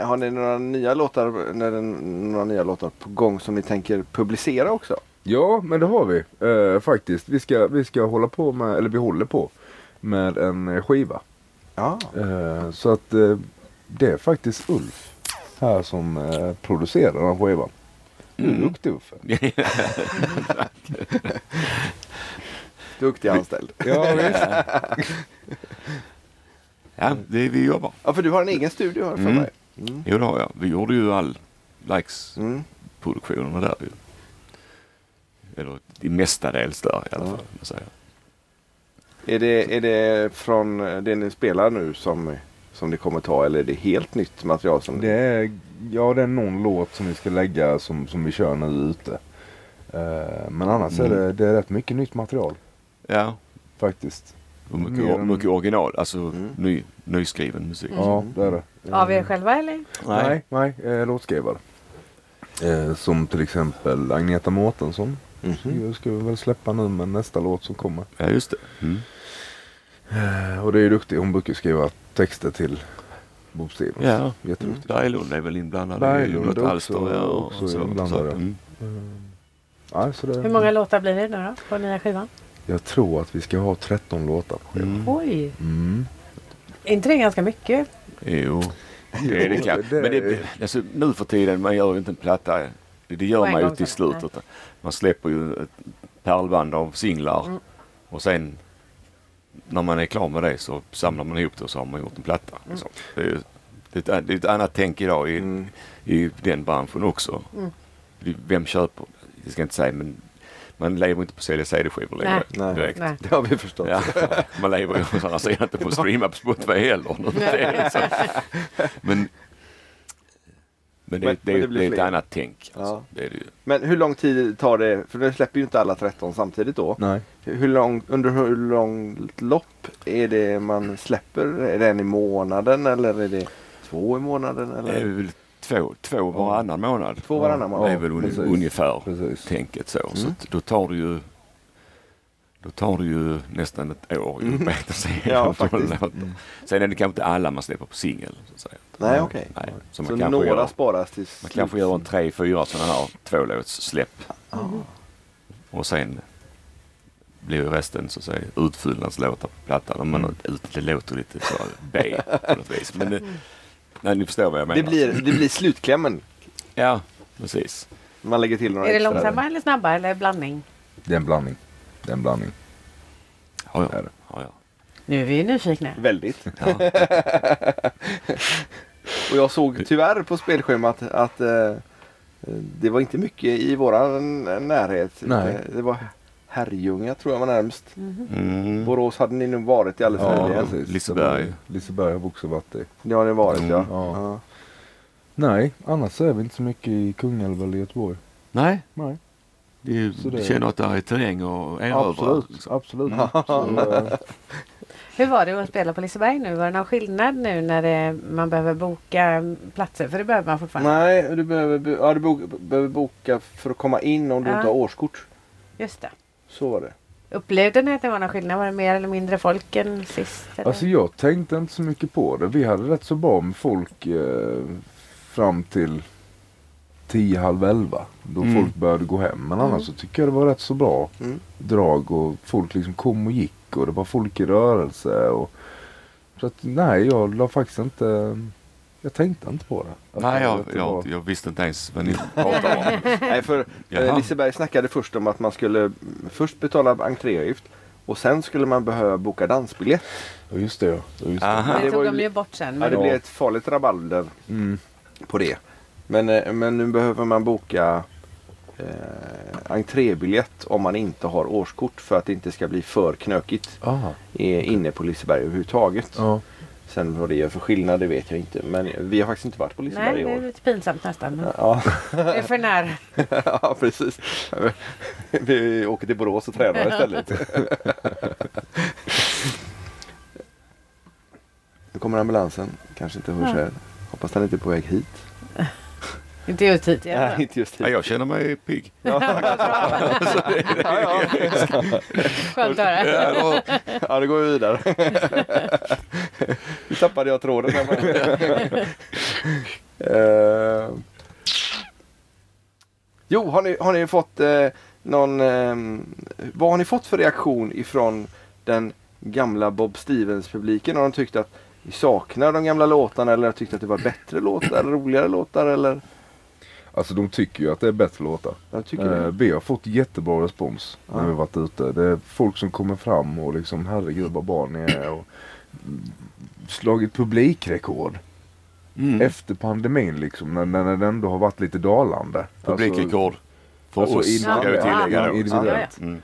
Speaker 2: eh, har ni några, nya låtar, när den, några nya låtar på gång som ni tänker publicera också?
Speaker 4: Ja, men det har vi eh, faktiskt. Vi ska, vi ska hålla på med, eller vi håller på med en eh, skiva.
Speaker 2: Ja.
Speaker 4: Eh, så att eh, det är faktiskt Ulf här som eh, producerar den här skivan. Mm. Duktig Uffe.
Speaker 2: Duktig anställd.
Speaker 4: Ja, visst.
Speaker 3: Ja, det är vi jobbar.
Speaker 2: Ja, för du har en egen studio här för
Speaker 3: Mm.
Speaker 2: mig. Mm.
Speaker 3: Jo, det har jag. Vi gjorde ju all
Speaker 2: Mm.
Speaker 3: likes-produktionerna där ju. Eller i mestadels där i alla fall. om man säger.
Speaker 2: Är, det, är det från det ni spelar nu som, som ni kommer ta eller är det helt nytt material? Som
Speaker 4: Det är, ja, det är någon låt som vi ska lägga som, som vi kör nu ute. Eh, men annars är det, det är rätt mycket nytt material
Speaker 3: Ja,
Speaker 4: faktiskt.
Speaker 3: och
Speaker 4: Mer
Speaker 3: mycket,
Speaker 4: än- Mm.
Speaker 3: mycket original. Alltså ny, nyskriven musik.
Speaker 4: Ja, det är det.
Speaker 1: Av er själva eller?
Speaker 3: Nej.
Speaker 4: Nej, nej, eh, låtskrivare. Eh, som till exempel Agneta Mårtensson. Jag ska vi väl släppa nu med nästa låt som kommer.
Speaker 3: Ja, just det. Mm.
Speaker 4: Eh, och det är ju duktig. Hon brukar ju skriva texter till Bob Stevens.
Speaker 3: Ja.
Speaker 4: Jätteduktig.
Speaker 3: Berglund är väl inblandad
Speaker 4: Berglund
Speaker 3: i något
Speaker 4: också-
Speaker 3: alster. Ja, och
Speaker 4: också
Speaker 3: så,
Speaker 4: inblandad,
Speaker 3: så,
Speaker 4: ja.
Speaker 3: att, mm.
Speaker 4: Ja, så det,
Speaker 1: Hur många låtar blir det nu då på nya skivan?
Speaker 4: Jag tror att vi ska ha 13 låtar på skivan.
Speaker 1: Oj,
Speaker 4: Mm.
Speaker 1: är inte det ganska mycket?
Speaker 3: Jo, det är det kan.
Speaker 4: det-
Speaker 3: Men det, alltså, nu för tiden, man gör ju inte en platta. Det, det
Speaker 1: På
Speaker 3: gör
Speaker 1: en
Speaker 3: man ju
Speaker 1: gång
Speaker 3: till
Speaker 1: så.
Speaker 3: slut.
Speaker 1: Nej.
Speaker 3: Utan man släpper ju ett pärlband av singlar.
Speaker 1: Mm.
Speaker 3: Och sen när man är klar med det så samlar man ihop det och så har man gjort en platta.
Speaker 1: Mm.
Speaker 3: Liksom. Det, är, ju- det, är ett, an- det är ett annat tänk idag i, i den branschen också.
Speaker 1: Mm.
Speaker 3: Det- Vem köper? Jag ska inte säga men man lever inte på att sälja CD-skivor längre.
Speaker 2: Nej.
Speaker 3: direkt.
Speaker 1: Nej.
Speaker 2: Det har vi förstått.
Speaker 3: Ja, man lever ju å andra sidan inte på att streama på Spotify heller. Det är liksom. Men, men det,
Speaker 2: Men-
Speaker 3: det,
Speaker 2: men
Speaker 3: är
Speaker 2: det
Speaker 3: ju-
Speaker 2: blir
Speaker 3: det är ett
Speaker 2: fler.
Speaker 3: annat tänk. Alltså.
Speaker 2: Ja.
Speaker 3: Det är det ju.
Speaker 2: Men hur lång tid tar det? För nu släpper ju inte alla 13 samtidigt då.
Speaker 4: Mm. Nej.
Speaker 2: Hur lång, under hur långt lopp är det man släpper? Är det en i månaden eller är det två i månaden?
Speaker 3: Det är
Speaker 2: Eller?
Speaker 3: väl två, två varannan månad.
Speaker 2: Två varannan
Speaker 3: Det är
Speaker 2: månad?
Speaker 3: väl un,
Speaker 4: precis.
Speaker 2: Mm.
Speaker 3: ungefär
Speaker 4: Precis.
Speaker 3: tänket så. Så att då tar det ju Då tar det ju nästan ett år ju att se
Speaker 2: Mm. Ja,
Speaker 3: de tolv
Speaker 2: faktiskt.
Speaker 3: låtarna. Sen är det kanske inte alla man släpper på singel. Så att säga.
Speaker 2: Nej, okej.
Speaker 3: Nej, så man
Speaker 2: Så
Speaker 3: kanske
Speaker 2: några
Speaker 3: gör,
Speaker 2: sparas till
Speaker 3: man
Speaker 2: slut.
Speaker 3: kanske gör en tre, fyra sådana här tvålåtssläpp.
Speaker 4: Mm.
Speaker 3: Och sen blir ju resten så att säga utfyllnadslåtar på plattan. Om
Speaker 4: Mm.
Speaker 3: man ut, det låter lite så här B på något vis. Men det, nej, ni förstår vad jag menar.
Speaker 2: Det blir, det blir slutklämmen.
Speaker 3: Ja, precis.
Speaker 2: Man lägger till några
Speaker 1: Är det
Speaker 2: extra där.
Speaker 1: långsamma eller snabba eller blandning?
Speaker 4: Det är en blandning. Det är en blandning.
Speaker 3: Ja,
Speaker 4: Är
Speaker 3: ja.
Speaker 4: det.
Speaker 3: ja, ja.
Speaker 1: Nu är vi ju nyfikna.
Speaker 2: Väldigt.
Speaker 3: ja.
Speaker 2: Och jag såg tyvärr på spelschemat att eh, det var inte mycket i våran närhet.
Speaker 4: Nej.
Speaker 2: Eh, Det var Herrljunga tror jag var närmst.
Speaker 1: Mhm.
Speaker 3: Mm.
Speaker 2: Borås hade ni nog varit i alldeles
Speaker 4: Ja,
Speaker 2: nyligen.
Speaker 4: precis.
Speaker 3: Liseberg.
Speaker 4: Liseberg har också varit det.
Speaker 2: Det har ni varit ja.
Speaker 4: Ja.
Speaker 2: ja.
Speaker 4: Nej, annars är vi inte så mycket i Kungälv eller Göteborg.
Speaker 3: Nej,
Speaker 4: Nej,
Speaker 3: det är ju,
Speaker 4: Så det-
Speaker 3: du känner att det är terräng och erövra.
Speaker 4: absolut.
Speaker 3: liksom.
Speaker 4: absolut. Så, eh,
Speaker 1: Hur var det att spela på Liseberg nu? Var det någon skillnad nu när det, man behöver boka platser? För det behöver man fortfarande.
Speaker 2: Nej, du behöver, bo- ja, du bo- behöver boka för att komma in om du
Speaker 1: Ja.
Speaker 2: inte har årskort.
Speaker 1: Just det.
Speaker 2: Så var det.
Speaker 1: Upplevde ni att det var någon skillnad? Var det mer eller mindre folk än sist? Eller?
Speaker 4: Alltså jag tänkte inte så mycket på det. Vi hade rätt så bra med folk eh, fram till tio, halv elva. Då
Speaker 3: Mm.
Speaker 4: folk började gå hem. Men annars så tycker jag det var rätt så bra
Speaker 2: Mm.
Speaker 4: drag och folk liksom kom och gick och det var folk i rörelse. Och... Så att nej, jag la faktiskt inte... Jag tänkte inte på det. Att
Speaker 3: Nej,
Speaker 4: det var
Speaker 3: jag,
Speaker 4: rätt så bra.
Speaker 3: jag, jag visste inte ens vad ni pratade om.
Speaker 2: Nej, för eh,
Speaker 3: Jaha.
Speaker 2: Liseberg snackade först om att man skulle mm, först betala entréavgift och sen skulle man behöva boka dansbiljett.
Speaker 4: Ja, just det ja. ja. Just det.
Speaker 3: Aha.
Speaker 1: det,
Speaker 2: det
Speaker 1: tog
Speaker 2: var ju
Speaker 1: de
Speaker 2: li-
Speaker 1: ju bort sen.
Speaker 2: Ja,
Speaker 1: Men
Speaker 2: det
Speaker 4: Ja.
Speaker 2: blev ett farligt rabalder
Speaker 4: Mm.
Speaker 2: på det. Men, eh, men nu behöver man boka eh, entrébiljett om man inte har årskort för att det inte ska bli för knökigt
Speaker 4: Aha.
Speaker 2: eh, inne på Liseberg överhuvudtaget.
Speaker 4: Ja.
Speaker 2: Sen vad det gör för skillnad det vet jag inte. Men vi har faktiskt inte varit på Liseberg
Speaker 1: Nej,
Speaker 2: i
Speaker 1: det är
Speaker 2: år.
Speaker 1: lite pinsamt nästan. men
Speaker 2: Ja,
Speaker 1: Det är för nära.
Speaker 2: ja precis. Vi åker till Borås och tränar istället. Nu kommer ambulansen. Kanske inte hörs
Speaker 1: Ja.
Speaker 2: här. Hoppas den inte är på väg hit.
Speaker 1: Inte just hit i alla
Speaker 2: Nej,
Speaker 1: fall.
Speaker 2: inte just hit.
Speaker 3: Ja, jag känner mig pigg.
Speaker 1: Skönt att höra.
Speaker 2: Ja, det går vi vidare. nu tappade jag tråden. Här bara. Eh, jo, har ni, har ni fått eh, någon... ehm, vad har ni fått för reaktion ifrån den gamla Bob Stevens-publiken? Har de tyckt att ni saknar de gamla låtarna eller har de tyckt att det var bättre låtar, eller roligare låtar eller?
Speaker 4: Alltså de tycker ju att det är bättre låtar.
Speaker 2: Jag tycker
Speaker 4: Eh,
Speaker 2: det.
Speaker 4: vi har fått jättebra respons
Speaker 2: Ja.
Speaker 4: när vi har varit ute. Det är folk som kommer fram och liksom herregud vad bra ni är. Och mm, slagit publikrekord
Speaker 3: Mm.
Speaker 4: efter pandemin liksom. När, när när det ändå har varit lite dalande.
Speaker 3: Alltså- Publikrekord för
Speaker 4: Alltså,
Speaker 3: oss,
Speaker 4: innan-
Speaker 3: ska jag tillägga
Speaker 4: Ja,
Speaker 3: då.
Speaker 4: individuellt.
Speaker 1: Ja, ja.
Speaker 3: Mm.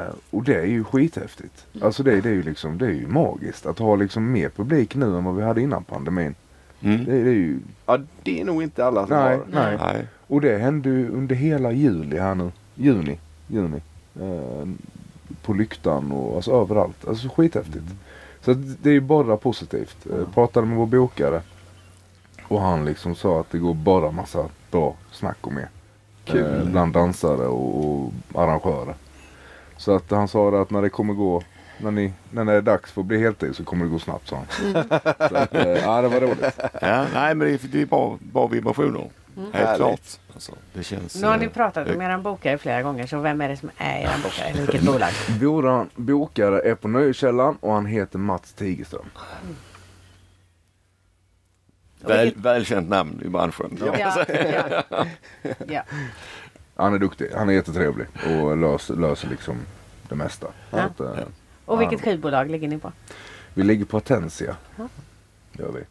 Speaker 4: Eh, och det är ju skithäftigt. Alltså det, det, är ju liksom, det är ju magiskt att ha liksom mer publik nu än vad vi hade innan pandemin.
Speaker 3: Mm.
Speaker 4: Det, det är ju...
Speaker 2: Ja, det är nog inte alla som
Speaker 4: Nej,
Speaker 2: har.
Speaker 4: nej.
Speaker 3: Nej.
Speaker 4: Och det hände ju under hela juli här nu. Juni. Juni. Eh, på lyktan och alltså överallt. Alltså skithäftigt. Så att det är ju bara positivt. Eh, pratade med vår bokare. Och han liksom sa att det går bara massa bra snack om er.
Speaker 2: Kul.
Speaker 4: Eh, bland dansare och, och arrangörer. Så att han sa det att när det kommer gå när, ni, när det är dags för att bli heltid så kommer det gå snabbt sa han. Så att, eh, ja det var roligt.
Speaker 3: Ja, nej, men det är, det är bra, bra vibrationer. Helt
Speaker 2: Härligt.
Speaker 3: klart. Alltså, det känns...
Speaker 1: Nu har ni
Speaker 3: eh,
Speaker 1: pratat om eran bokare flera gånger så vem är det som är eran bokare? Vilket bolag?
Speaker 4: Vår bokare är på Nöjeskällan och han heter Mats Tigerström.
Speaker 3: väl, välkänt namn i branschen.
Speaker 1: Ja, ja. ja.
Speaker 4: Han är duktig, han är jättetrevlig och löser, löser liksom det mesta. Så att, eh,
Speaker 1: Och vilket skivbolag ligger ni på?
Speaker 4: vi ligger på Atensia. Gör vi.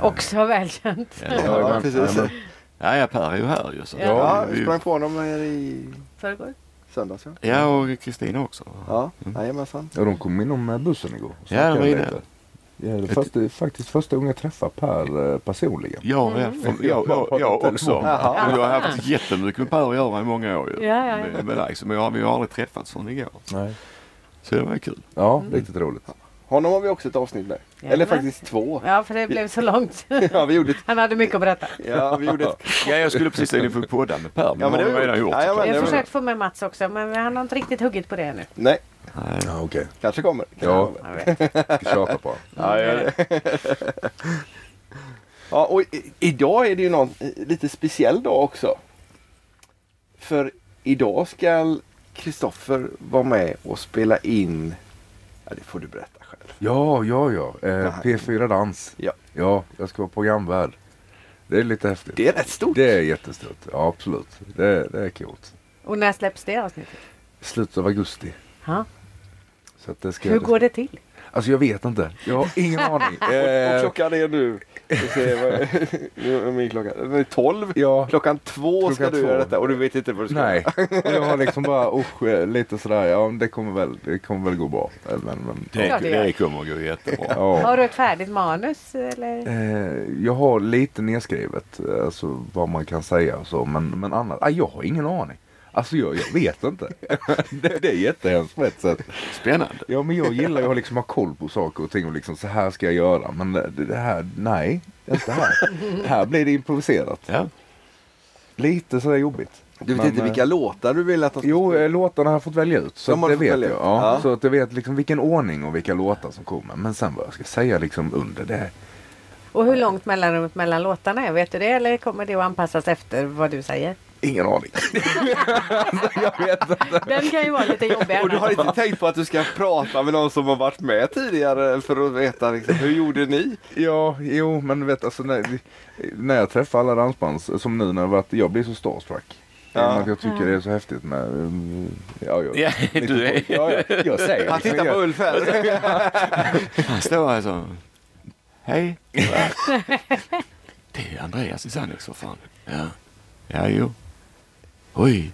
Speaker 1: Också välkänt.
Speaker 3: Ja,
Speaker 2: Ja,
Speaker 4: jajamän,
Speaker 2: precis.
Speaker 4: jajamän.
Speaker 3: ja, ja, Per är ju här ju. Så.
Speaker 1: Ja.
Speaker 2: Ja,
Speaker 3: vi-
Speaker 2: jag sprang på honom här i
Speaker 1: Förrgår?
Speaker 2: söndags. Ja,
Speaker 3: ja och Kristina också.
Speaker 2: ja jajamensan.
Speaker 4: Ja, de kom in om eh, bussen igår. och
Speaker 3: Ja, de var
Speaker 4: snackade
Speaker 3: inne.
Speaker 4: lite. Ja, det är först, det är faktiskt första gången jag träffar Per eh, personligen.
Speaker 3: Ja, ja,
Speaker 1: Mm.
Speaker 3: för, jag, jag, jag också. Och jag har haft jättemycket med Per att göra i många år ju.
Speaker 1: Ja, ja, ja.
Speaker 3: Med, med dig. Så, men jag, vi har aldrig träffats förrän igår.
Speaker 4: Nej.
Speaker 3: Så det var ju kul.
Speaker 4: Ja, riktigt roligt.
Speaker 2: Honom har vi också ett avsnitt med. Eller
Speaker 1: Jajamän.
Speaker 2: faktiskt två.
Speaker 1: Ja, för det blev så långt.
Speaker 2: Ja, vi gjorde ett...
Speaker 1: Han hade mycket att berätta.
Speaker 2: Ja, vi gjorde ett...
Speaker 3: Ja, jag skulle precis säga att ni får podda med Per, men
Speaker 2: Ja, men
Speaker 3: det har
Speaker 2: det
Speaker 3: vi
Speaker 2: har vi
Speaker 3: redan
Speaker 2: gjort.
Speaker 3: gjort.
Speaker 2: Ja, ja, men
Speaker 1: Jag
Speaker 2: det
Speaker 1: har
Speaker 2: var-
Speaker 1: försökt få med Mats också men han har inte riktigt huggit på det ännu.
Speaker 2: Nej,
Speaker 3: Nej.
Speaker 4: Ja, okej.
Speaker 2: Kanske kommer.
Speaker 4: Ja,
Speaker 1: Jag vet.
Speaker 4: jag ska köpa på honom.
Speaker 2: Ja, gör det. ja, och i, idag är det ju någon eh, lite speciell dag också. För idag ska Kristoffer vara med och spela in. Ja, det får du berätta själv.
Speaker 4: Ja, ja, ja.
Speaker 2: Nej.
Speaker 4: Eh, P4 Dans.
Speaker 2: Ja.
Speaker 4: Ja, jag ska vara programvärd. Det är lite häftigt.
Speaker 2: Det är rätt stort.
Speaker 4: Det är jättestort. Ja, absolut. Det, det är coolt.
Speaker 1: Och när släpps det avsnittet?
Speaker 4: Slutet av augusti.
Speaker 1: Ja.
Speaker 4: Så att det ska
Speaker 1: Hur går det till?
Speaker 4: Alltså jag vet inte. Jag har ingen aning.
Speaker 2: Och
Speaker 4: Eh,
Speaker 2: klockan är nu. Vi ser vad- Nu är min klocka. Den är 12.
Speaker 4: ja,
Speaker 2: Klockan två ska
Speaker 4: Klockan
Speaker 2: du
Speaker 4: två.
Speaker 2: göra detta och du vet inte vad du ska
Speaker 4: nej.
Speaker 2: göra.
Speaker 4: Och jag har liksom bara usch, eh, lite sådär. Ja, men det kommer väl, det kommer väl gå bra. Eh, Men, men,
Speaker 3: Det,
Speaker 1: Klart det gör.
Speaker 3: det kommer att gå jättebra.
Speaker 4: ja.
Speaker 1: Har du ett färdigt manus eller?
Speaker 4: Eh, jag har lite nedskrivet eh, alltså, vad man kan säga och så. Men, men annars, ah, jag har ingen aning. Alltså jag, jag vet inte. det, det är jättehemskt på ett sätt.
Speaker 3: Spännande.
Speaker 4: Ja men jag gillar ju att liksom ha koll på saker och ting och liksom så här ska jag göra. Men det, det här, nej. Inte här. här blir det improviserat.
Speaker 3: Ja.
Speaker 4: Lite sådär jobbigt.
Speaker 2: Du vet
Speaker 4: Men,
Speaker 2: inte
Speaker 4: eh,
Speaker 2: vilka låtar du vill att de ska
Speaker 4: Jo,
Speaker 2: spela.
Speaker 4: eh, låtarna har jag fått välja ut. Så
Speaker 2: De har
Speaker 4: att det
Speaker 2: fått
Speaker 4: vet jag.
Speaker 2: välja ut.
Speaker 4: Ja,
Speaker 2: Ja.
Speaker 4: Så att jag vet liksom vilken ordning och vilka låtar som kommer. Men sen vad jag ska säga liksom under det.
Speaker 1: Och hur långt mellanrummet mellan låtarna är? Vet du det eller kommer det att anpassas efter vad du säger?
Speaker 4: Ingen aning. jag vet inte.
Speaker 1: Den kan ju vara lite jobbig
Speaker 2: Och du har
Speaker 1: annars.
Speaker 2: inte tänkt på att du ska prata med någon som har varit med tidigare för att veta liksom, hur gjorde ni?
Speaker 4: Ja, jo, men vet alltså när, när jag träffar alla dansbands, som nu när jag varit, jag blir så starstruck.
Speaker 2: Ja.
Speaker 4: Att jag tycker det är så häftigt med... mm, Ja, jag,
Speaker 3: Ja, du är-
Speaker 4: ja, ja, jag säger
Speaker 2: Han
Speaker 4: liksom,
Speaker 2: tittar på
Speaker 4: jag,
Speaker 2: Ulf här.
Speaker 3: Han står här så. Hej. Det är Andreas i Sannix för fan. Ja. Ja, jo. Oj.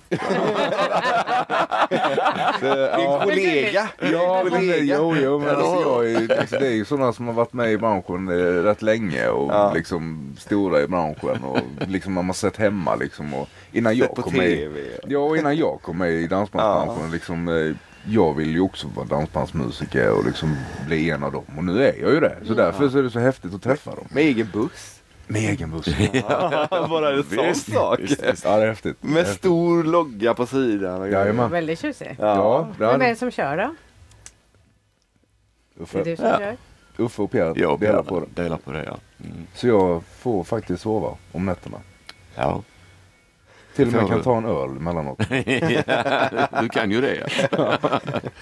Speaker 2: Din kollega.
Speaker 4: Ja,
Speaker 2: Din
Speaker 4: men, det-
Speaker 2: kollega.
Speaker 4: jo, jo, men alltså, jag är, ju- alltså, det är ju sådana som har varit med i branschen eh, rätt länge och
Speaker 2: Ja.
Speaker 4: liksom stora i branschen och liksom man har sett hemma liksom. Och innan jag
Speaker 2: Sett på
Speaker 4: kom med i-
Speaker 2: TV.
Speaker 4: Ja, och innan jag kom med i dansbandsbranschen liksom, eh, jag vill ju också vara dansbandsmusiker och liksom bli en av dem. Och nu är jag ju det. Så därför så är det så häftigt att träffa dem.
Speaker 2: Med egen buss.
Speaker 4: Med egen buss.
Speaker 2: Bara en sån
Speaker 3: Visst,
Speaker 2: sak.
Speaker 3: visst, visst.
Speaker 4: Ja, det är häftigt.
Speaker 2: Med stor logga på sidan. och grejer.
Speaker 4: Jajamän.
Speaker 1: Väldigt tjusig.
Speaker 4: Ja, det
Speaker 1: Vem är det
Speaker 4: är
Speaker 1: som kör då? Är det
Speaker 4: Uffe,
Speaker 1: du som
Speaker 3: Ja.
Speaker 1: kör?
Speaker 4: Uffe och Pierre
Speaker 3: Jag
Speaker 4: delar på den.
Speaker 3: Delar på det, ja. Mm.
Speaker 4: Så jag får faktiskt sova om nätterna.
Speaker 3: Ja.
Speaker 4: Till och med
Speaker 3: Får
Speaker 4: kan
Speaker 3: du.
Speaker 4: ta en öl emellanåt.
Speaker 3: ja. Du kan ju det. Ja,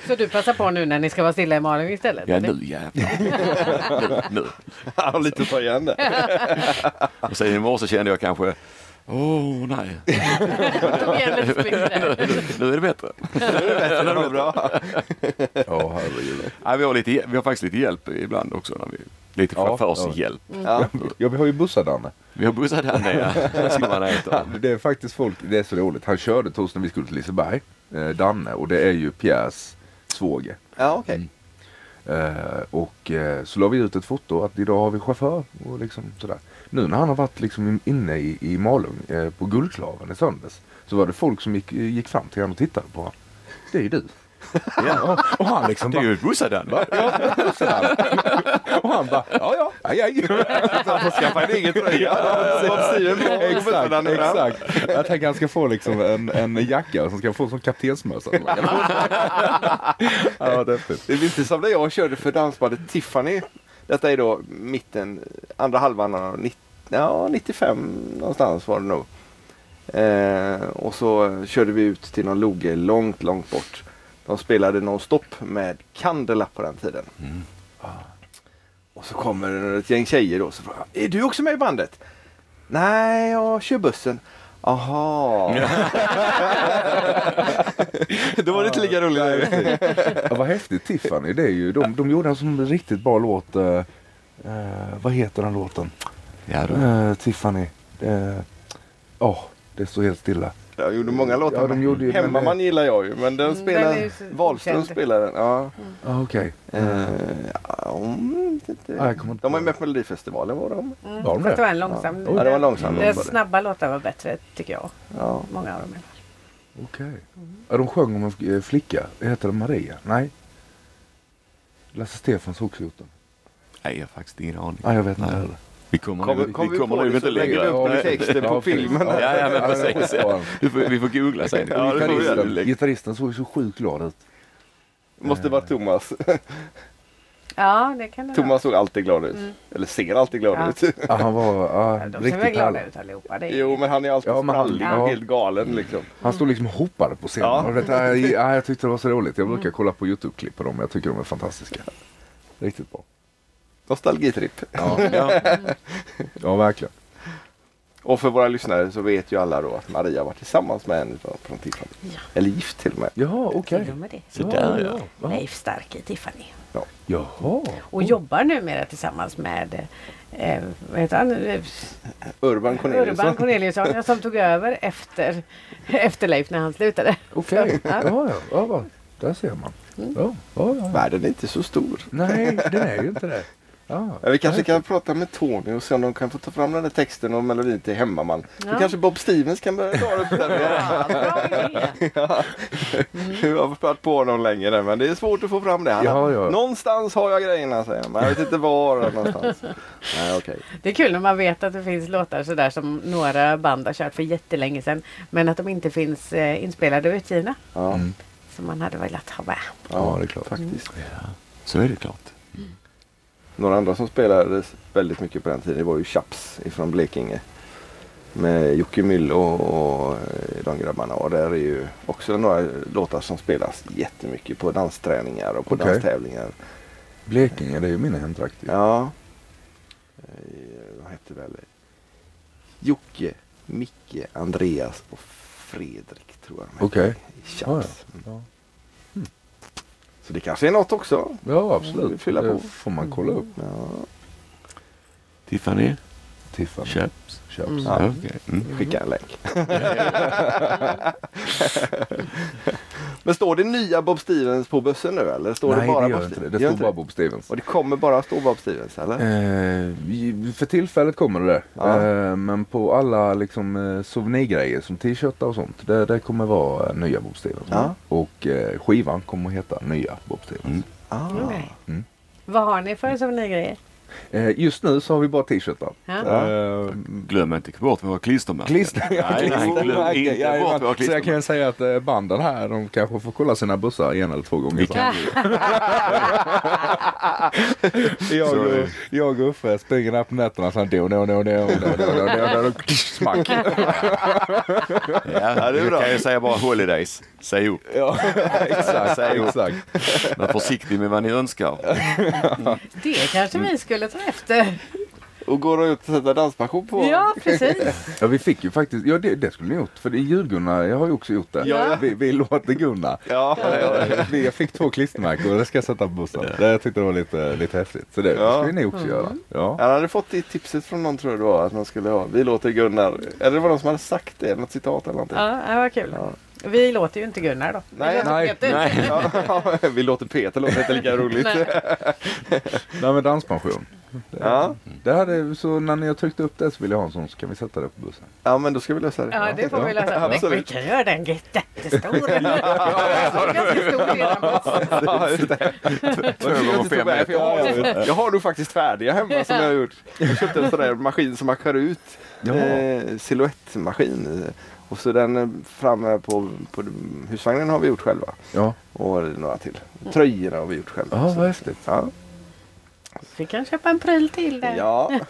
Speaker 1: Så du passar på nu när ni ska vara stilla i Malung istället?
Speaker 3: ja
Speaker 1: eller?
Speaker 3: nu jävlar. Nu, nu.
Speaker 2: Han har lite att ta igen där.
Speaker 3: Och sen i morse kände jag kanske, åh oh, nej,
Speaker 1: Tog igen lite sprit där.
Speaker 3: nu, nu är det bättre.
Speaker 2: Det var bra.
Speaker 4: Ja, herregud.
Speaker 3: Ja, vi, har lite, hjäl- vi har faktiskt lite hjälp ibland också. När vi, lite
Speaker 4: Ja,
Speaker 3: chaufförshjälp.
Speaker 2: Ja.
Speaker 4: Ja, vi har ju bussar Danne.
Speaker 3: Vi har bussat här nere, som man äter.
Speaker 4: Det är faktiskt folk, det är så roligt. Han körde till oss när vi skulle till Liseberg. Eh, Danne och det är ju Pierres svåger.
Speaker 2: Ja,
Speaker 4: Mm.
Speaker 2: okej.
Speaker 4: Eh, och eh, så la vi ut ett foto att idag har vi chaufför och liksom sådär. Nu när han har varit liksom inne i, i Malung eh, på Guldklaven i söndags så var det folk som gick, gick fram till honom och tittade på honom. Det är ju du. Ja. Och han liksom
Speaker 3: Det är
Speaker 4: bara,
Speaker 3: ju bussat där.
Speaker 4: och han bara, ja ja, aj, aj.
Speaker 2: Han får skaffa en egen tröja. Han har stilen på.
Speaker 4: Exakt,
Speaker 2: Han är fram.
Speaker 4: exakt. Jag tänker han ska få liksom en, en jacka som ska få som kaptensmössa. ja, det är fint.
Speaker 2: Det är inte som när jag körde för dansbandet Tiffany. Detta är då mitten, andra halvan av 90, ja, 95 någonstans var det nog. Eh, och så körde vi ut till någon loge långt, långt bort. De spelade nonstop med Candela på den tiden.
Speaker 4: Mm.
Speaker 2: Ah. Och så kommer det ett gäng tjejer då. Så frågar, jag, är du också med i bandet? Nej, jag kör bussen. Aha. Då var det inte lika roligt längre.
Speaker 4: Ja, vad häftigt Tiffany, det är ju, de, de gjorde en sån riktigt bra låt. eh, eh, vad heter den låten?
Speaker 3: Ja, du.
Speaker 4: Eh, Tiffany. Åh, eh, åh, det står helt stilla.
Speaker 2: Jag gjorde många låtar
Speaker 4: Ja, de
Speaker 2: med.
Speaker 4: gjorde ju-
Speaker 2: Hemmaman
Speaker 4: men det-
Speaker 2: gillar jag ju men den
Speaker 1: Mm,
Speaker 2: spelar
Speaker 1: den är ju så
Speaker 2: Wahlström
Speaker 1: okänd.
Speaker 2: spelar den. Ja.
Speaker 4: Ah, Okej.
Speaker 2: Eh, ja, mm, det- det-
Speaker 4: Ja, jag kommer inte
Speaker 2: de var
Speaker 4: på
Speaker 2: ju med på Melodifestivalen var de.
Speaker 1: Mm,
Speaker 4: Var de
Speaker 1: fast
Speaker 4: det?
Speaker 1: det var en långsam.
Speaker 2: Ja, det var långsamt.
Speaker 1: Den snabba låtar var bättre tycker jag.
Speaker 2: Ja.
Speaker 1: Många av dem. i alla fall.
Speaker 4: Okej. Ja, de sjöng om en f- eh, flicka. Heter den Maria? Nej. Lasse Stefans har också gjort den.
Speaker 3: Nej, jag har faktiskt ingen aning.
Speaker 4: Nej, jag vet inte
Speaker 3: Nej.
Speaker 4: heller.
Speaker 3: Vi kommer,
Speaker 2: Kommer-
Speaker 3: nu,
Speaker 2: kommer vi
Speaker 3: vi kommer
Speaker 2: på
Speaker 3: nu
Speaker 2: det
Speaker 3: inte
Speaker 2: så lägger vi
Speaker 3: längre.
Speaker 2: upp den i
Speaker 3: Nej.
Speaker 2: texten på
Speaker 4: Ja, precis.
Speaker 2: filmen.
Speaker 4: Ja,
Speaker 3: Ja, ja, men
Speaker 4: den är
Speaker 3: precis.
Speaker 4: skitbra.
Speaker 3: Du får, vi får googla sen.
Speaker 2: Ja, det får vi göra.
Speaker 4: Gitarristen, gitarristen såg ju så sjukt glad ut.
Speaker 2: Måste vara Thomas.
Speaker 1: Ja, det kan det
Speaker 2: Thomas såg alltid glad ut. Eller ser alltid glad
Speaker 1: Mm. Ja.
Speaker 2: ut.
Speaker 4: Ja, han var ja,
Speaker 1: vara. De ser väl
Speaker 4: riktigt
Speaker 1: glada
Speaker 4: härlig.
Speaker 1: ut allihopa. Det är...
Speaker 2: Jo, men han är alltid
Speaker 4: Ja, men han-
Speaker 2: sprallig
Speaker 4: ja.
Speaker 2: och helt galen liksom.
Speaker 4: Han stod liksom och hoppade på scenen.
Speaker 2: Ja.
Speaker 4: Och det, ja, ja, jag tyckte det var så roligt. Jag brukar kolla på Youtube-klipp på dem. Jag tycker de är fantastiska. Riktigt bra.
Speaker 2: Nostalgitripp.
Speaker 4: Ja, ja. verkligen.
Speaker 2: Och för våra lyssnare så vet ju alla då att Maria var tillsammans med en utav- från Tiffany. Eller gift till och med.
Speaker 4: Jaha, okej.
Speaker 1: Till och med det.
Speaker 3: Så där ja.
Speaker 1: Leif Stark i Tiffany.
Speaker 4: Jaha.
Speaker 1: Och jobbar numera tillsammans med eh, vad heter han? Eh,
Speaker 2: Urban Cornelius.
Speaker 1: Urban Corneliusson ja, som tog över efter, efter Leif när han slutade.
Speaker 4: Okej.
Speaker 1: Ja.
Speaker 4: Ja, ja. ja va. Där ser man. Ja, ja, ja.
Speaker 2: Världen är inte så stor.
Speaker 4: Nej, det är ju inte det. Ja.
Speaker 2: Ja, vi kanske kan prata med Tony och se om de kan få ta fram den där texten och melodin till Hemmaman. Då
Speaker 1: Ja.
Speaker 2: kanske Bob Stevens kan börja dra upp den.
Speaker 1: Ja, bra idé.
Speaker 4: Mm.
Speaker 2: Jag har varit på honom länge nu men det är svårt att få fram det. Han,
Speaker 4: Ja, ja.
Speaker 2: Någonstans har jag grejerna säger han. Men jag vet inte var någonstans. Nej, okej.
Speaker 1: Det är kul när man vet att det finns låtar sådär som några band har kört för jättelänge sedan. Men att de inte finns eh, inspelade och utgivna.
Speaker 2: Ja.
Speaker 1: Som man hade velat ha med.
Speaker 4: Mm. Ja, det är klart. Mm.
Speaker 2: Faktiskt.
Speaker 3: Så är det klart.
Speaker 2: Några andra som spelades väldigt mycket på den tiden det var ju Chaps ifrån Blekinge. Med Jocke Myll och, och eh, de grabbarna. Och där är ju också några låtar som spelas jättemycket på dansträningar och på
Speaker 4: Okej.
Speaker 2: danstävlingar.
Speaker 4: Blekinge, det är ju mina hemtrakter.
Speaker 2: Ja. Eh, vad hette väl? Jocke, Micke, Andreas och Fredrik tror jag. de hette.
Speaker 4: Okej.
Speaker 2: I
Speaker 4: Ja,
Speaker 2: Chaps.
Speaker 4: ja. Hm.
Speaker 2: Så det kanske är något också.
Speaker 4: ja,
Speaker 2: Vi
Speaker 4: absolut.
Speaker 2: fyller på.
Speaker 4: Det får man kolla upp.
Speaker 2: Ja.
Speaker 3: Tiffany,
Speaker 4: Tiffany.
Speaker 3: Chaps.
Speaker 4: Chaps.
Speaker 2: Ja.
Speaker 3: Ja, okej. Mm.
Speaker 2: Skicka en länk. Men står det nya Bob Stevens på bussen nu eller? Står
Speaker 4: Nej,
Speaker 2: det bara
Speaker 4: det gör
Speaker 2: Bob
Speaker 4: inte det.
Speaker 2: Stevens?
Speaker 4: Det
Speaker 2: Gör
Speaker 4: står
Speaker 2: inte
Speaker 4: bara Bob Stevens.
Speaker 2: Och det kommer bara stå Bob Stevens eller?
Speaker 4: Eh, vi- för tillfället kommer det där.
Speaker 2: Ja.
Speaker 4: Eh, men på alla liksom, eh, souvenirgrejer som t-shirtar och sånt. Det, det kommer vara eh, nya Bob Stevens.
Speaker 2: Ja.
Speaker 4: Och eh, skivan kommer att heta nya Bob Stevens.
Speaker 3: Mm.
Speaker 2: Ah.
Speaker 1: Okej. Vad har ni för souvenirgrejer?
Speaker 4: Eh, just nu så har vi bara t-shirtar.
Speaker 1: Ja.
Speaker 2: Ja.
Speaker 4: Eh,
Speaker 3: Glöm inte bort våra klistermärken.
Speaker 4: Klister.
Speaker 3: Nej, nej, glöm
Speaker 4: Klistermärken.
Speaker 3: inte bort våra
Speaker 4: Jajamän. Så jag kan
Speaker 3: klistermärken.
Speaker 4: ju säga att eh, banden här, de kanske får kolla sina bussar en eller två gånger.
Speaker 3: Vi kan ju
Speaker 4: Jag, och,
Speaker 3: Sorry.
Speaker 4: jag och Uffe springer där på nätterna så här do, no, no, no, no, no, no, no, no, no, smack.
Speaker 3: Ja, det kan jag säga bara holidays. Säg upp.
Speaker 4: Ja, exakt.
Speaker 3: Säg upp.
Speaker 4: exakt.
Speaker 3: Var försiktig med vad ni önskar.
Speaker 1: Det kanske vi skulle ta efter.
Speaker 2: Och går de ut och sätter danspassion på?
Speaker 1: Ja, precis.
Speaker 4: Ja vi fick ju faktiskt, ja det, det skulle ni gjort för det är julgunnar, jag har ju också gjort det.
Speaker 1: Ja.
Speaker 4: Vi, vi låter Gunnar.
Speaker 2: Ja.
Speaker 4: Eh, Vi, jag fick två klistermärken och det ska jag sätta på bussen. Det jag tyckte det var lite, lite häftigt. Så det
Speaker 2: Ja.
Speaker 4: skulle ni också göra. Ja.
Speaker 2: Han hade fått det tipset från någon tror jag det var att man skulle ha. Vi låter Gunnar. Eller det var någon som hade sagt det. Något citat eller någonting.
Speaker 1: Ja, det var kul. Vi låter ju inte Gunnar då. Vi
Speaker 2: Nej,
Speaker 1: låter
Speaker 4: nej,
Speaker 1: Peter.
Speaker 3: Nej.
Speaker 2: Ja. Vi låter Peter låta inte lika roligt.
Speaker 1: Nej.
Speaker 4: Nej men danspension.
Speaker 2: Ja.
Speaker 4: Det hade, så när ni har tryckt upp det så vill jag ha en sån så kan vi sätta det på bussen.
Speaker 2: ja men då ska vi lösa det.
Speaker 1: Ja, det får vi lösa. Men vi
Speaker 2: Absolut.
Speaker 1: kan göra den jättestor. eller? Alltså, den är ganska stor redan.
Speaker 2: Ja, just det.
Speaker 3: Två gånger fem
Speaker 2: För jag,
Speaker 3: meter.
Speaker 2: har, jag har nog faktiskt färdiga hemma som jag har gjort. Jag köpte en sån där maskin som man skär ut.
Speaker 4: Ja.
Speaker 2: Eh, siluettmaskin. eh, Och så den eh, framme på, på husvagnen har vi gjort själva.
Speaker 4: Ja,
Speaker 2: Och några till. Tröjorna har vi gjort själva.
Speaker 4: ja
Speaker 2: Så-
Speaker 4: vad häftigt.
Speaker 2: ja.
Speaker 1: Vi kan köpa en pryl till där.
Speaker 2: Ja. ja,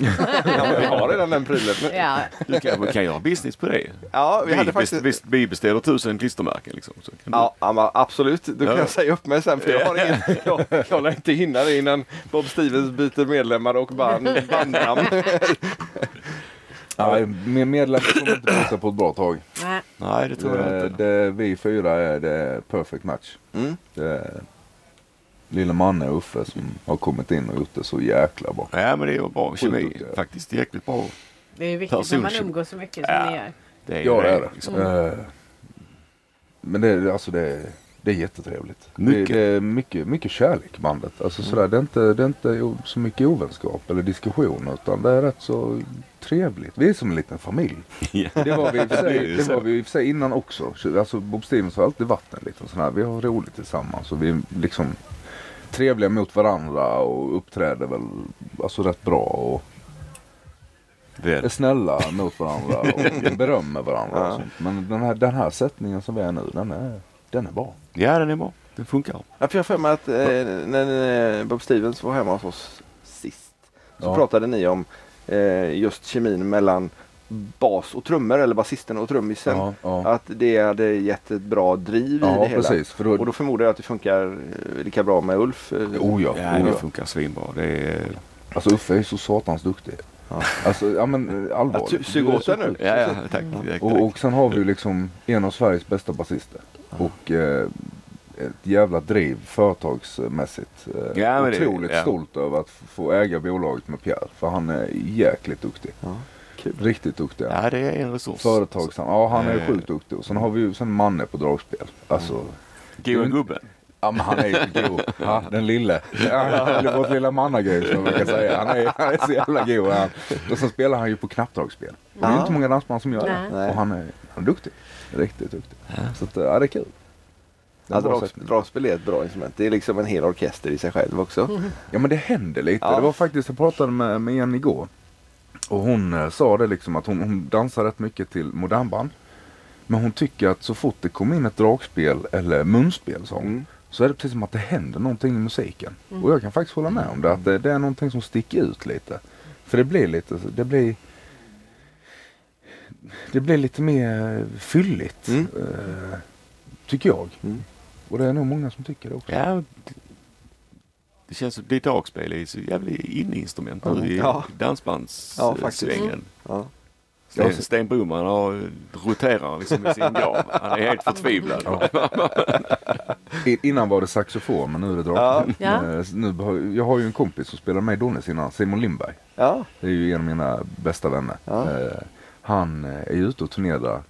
Speaker 2: men vi har redan den prylen.
Speaker 1: Ja,
Speaker 3: Du kan, vi kan göra business på det.
Speaker 2: Ja, vi
Speaker 3: Vi,
Speaker 2: hade
Speaker 3: best,
Speaker 2: faktiskt...
Speaker 3: visst, vi beställer tusen klistermärken. Liksom. Så kan du-
Speaker 2: Ja, ja, men absolut. Du kan
Speaker 3: Ja.
Speaker 2: jag säga upp mig sen för jag har inget, jag, jag lär inte hinna det innan Bob Stevens byter medlemmar och band, bandnamn.
Speaker 4: Nej, med medlemmar kommer inte bussa på ett bra tag.
Speaker 1: nej.
Speaker 3: Nej, det tror
Speaker 2: Eh,
Speaker 3: jag
Speaker 4: Det,
Speaker 3: inte.
Speaker 4: Eh, det, vi fyra är det perfect match.
Speaker 2: Mm.
Speaker 4: Det är lille Manne och Uffe som har kommit in och gjort det så jäkla bra.
Speaker 3: Ja, men det är bra kemi.
Speaker 4: duktiga.
Speaker 3: Faktiskt jäkligt bra.
Speaker 1: Det är ju viktigt när man
Speaker 3: Personkemi.
Speaker 1: umgås så mycket som
Speaker 3: Ja.
Speaker 1: ni gör.
Speaker 3: Det är
Speaker 4: Ja,
Speaker 3: ju
Speaker 4: det är det.
Speaker 3: liksom.
Speaker 4: Eh, Men det, är- alltså det, är- det är jättetrevligt.
Speaker 3: Mycket.
Speaker 4: Det, det är mycket, mycket kärlek i bandet. Alltså sådär, det, är inte, det är inte o- så mycket ovänskap eller diskussion utan det är rätt så trevligt. Vi är som en liten familj.
Speaker 3: Ja.
Speaker 4: Det var vi i och för
Speaker 3: Det är
Speaker 4: sig,
Speaker 3: ju
Speaker 4: det
Speaker 3: så.
Speaker 4: var vi i och för sig innan också. Så, Alltså Bob Stevens har alltid varit en liten sån här. Vi har roligt tillsammans och vi är liksom trevliga mot varandra och uppträder väl alltså rätt bra och
Speaker 3: Det är
Speaker 4: är
Speaker 3: det.
Speaker 4: snälla mot varandra och berömmer varandra. Och sånt. Men den här, den här sättningen som vi är nu, den är, den är bra.
Speaker 3: Ja, den är bra. det funkar.
Speaker 2: Ja, för jag har för mig att eh, när eh, Bob Stevens var hemma hos oss sist så
Speaker 4: Ja.
Speaker 2: pratade ni om eh, just kemin mellan bas och trummor eller basisten och trummisen.
Speaker 4: Ja, ja.
Speaker 2: Att det hade gett ett bra driv i
Speaker 4: ja
Speaker 2: det hela.
Speaker 4: precis. För
Speaker 2: Och
Speaker 4: då,
Speaker 2: då förmodar jag att det funkar eh, lika bra med Ulf. eh,
Speaker 4: oh ja,
Speaker 3: Ja,
Speaker 4: oh
Speaker 3: det
Speaker 4: ja.
Speaker 3: funkar svinbra. Det är,
Speaker 4: Alltså Uffe är så satans duktig.
Speaker 2: Ja.
Speaker 4: Alltså, ja men eh,
Speaker 2: Att su-
Speaker 4: allvarligt.
Speaker 2: sug
Speaker 4: Du är
Speaker 2: åt
Speaker 4: så
Speaker 2: den nu.
Speaker 4: sjukt.
Speaker 3: ja, ja, tack. tack, tack.
Speaker 4: Och, och sen har vi ju liksom en av Sveriges bästa basister. Och eh, ett jävla driv företagsmässigt. Eh,
Speaker 3: Ja, men det-
Speaker 4: otroligt
Speaker 3: ja.
Speaker 4: stolt över att f- få äga bolaget med Pierre. För han är jäkligt duktig.
Speaker 2: Ja, kul.
Speaker 4: Riktigt duktig.
Speaker 3: Ja, det är en resurs.
Speaker 4: Företagsam. Ja, han är
Speaker 3: Eh. Mm.
Speaker 4: sjukt duktig. Och sen har vi ju sen Manne på dragspel. Alltså,
Speaker 3: Goa gubben.
Speaker 4: ja men han är ju god. Ja, den lille. Ja, det är vårt lilla mannagrej som man kan säga. Han är, han är så jävla god han. Och sen spelar han ju på knappdragspel. Och det är
Speaker 2: Ja.
Speaker 4: inte många dansband som gör
Speaker 2: Nej.
Speaker 4: det. Och han är, han är duktig. Riktigt duktig. Så att, ja, det är kul. Det är
Speaker 2: Ja,
Speaker 4: en bra
Speaker 2: drags-
Speaker 4: sätt.
Speaker 2: dragspel är ett bra instrument. Det är liksom en hel orkester i sig själv också.
Speaker 4: Ja men det händer lite.
Speaker 2: Ja.
Speaker 4: Det var faktiskt, jag pratade med, med en igår. Och hon eh, sa det liksom att hon, hon dansar rätt mycket till modernband. Men hon tycker att så fort det kommer in ett dragspel eller munspel sa hon,
Speaker 2: Mm.
Speaker 4: så är det precis som att det händer någonting i musiken. Och jag kan faktiskt hålla med om det. Att det, det är någonting som sticker ut lite. För det blir lite, det blir det blir lite mer fylligt.
Speaker 2: Mm.
Speaker 4: eh, tycker jag.
Speaker 2: Mm.
Speaker 4: Och det är nog många som tycker det också.
Speaker 3: Ja, det- det känns som ditt dragspel är så jävligt inne-instrument nu i
Speaker 2: Ja. Ja,
Speaker 3: dansbandssvängen.
Speaker 2: faktiskt. Ja.
Speaker 4: Ja,
Speaker 3: Sten,
Speaker 4: så-
Speaker 3: Sten Boman har, roterar liksom i sin grav. Han är helt förtvivlad.
Speaker 4: I- Innan var det saxofon men nu är det dragspel.
Speaker 1: Ja.
Speaker 4: Eh, så Nu, behö- jag har ju en kompis som spelade med i Donnes innan, Simon Lindberg.
Speaker 2: Ja.
Speaker 4: Det är ju en av mina bästa vänner.
Speaker 2: Ja.
Speaker 4: Eh, Han eh, är ju ute och turnerar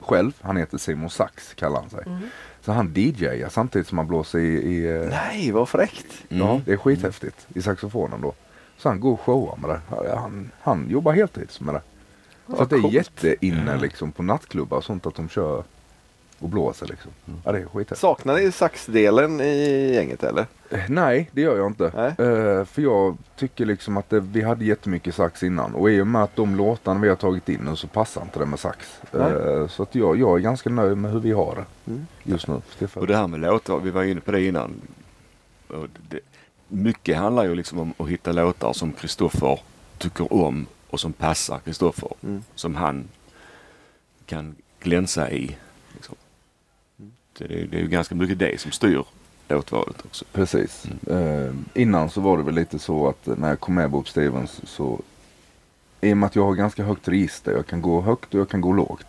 Speaker 4: själv. Han heter Simon Sax kallar han sig. Så han DJar samtidigt som han blåser i, i eh,
Speaker 2: Nej, vad fräckt.
Speaker 4: ja, det är skithäftigt, i saxofonen då. Så han går och showar med det. Han, han jobbar heltid med det. Så att det är jätteinne liksom på nattklubbar och sånt att de kör och blåser liksom. Ja det är skithäftigt.
Speaker 2: Saknar ni saxdelen i gänget eller?
Speaker 4: Eh, Nej, det gör jag inte.
Speaker 2: Nej.
Speaker 4: Eh, för jag tycker liksom att det, vi hade jättemycket sax innan. Och i och med att de låtarna vi har tagit in nu så passar inte det med sax. Eh, så att jag, jag är ganska nöjd med hur vi har det just nu.
Speaker 3: Och
Speaker 4: Stefan.
Speaker 3: det här med låtar, vi var inne på det innan. Och Det, mycket handlar ju liksom om att hitta låtar som Kristoffer tycker om och som passar Kristoffer.
Speaker 2: Mm.
Speaker 3: Som han kan glänsa i. Liksom. Så det, det är ju ganska mycket det som styr låtvalet också.
Speaker 4: Precis. Eh, innan så var det väl lite så att när jag kom med Bob Stevens så i och med att jag har ganska högt register, jag kan gå högt och jag kan gå lågt.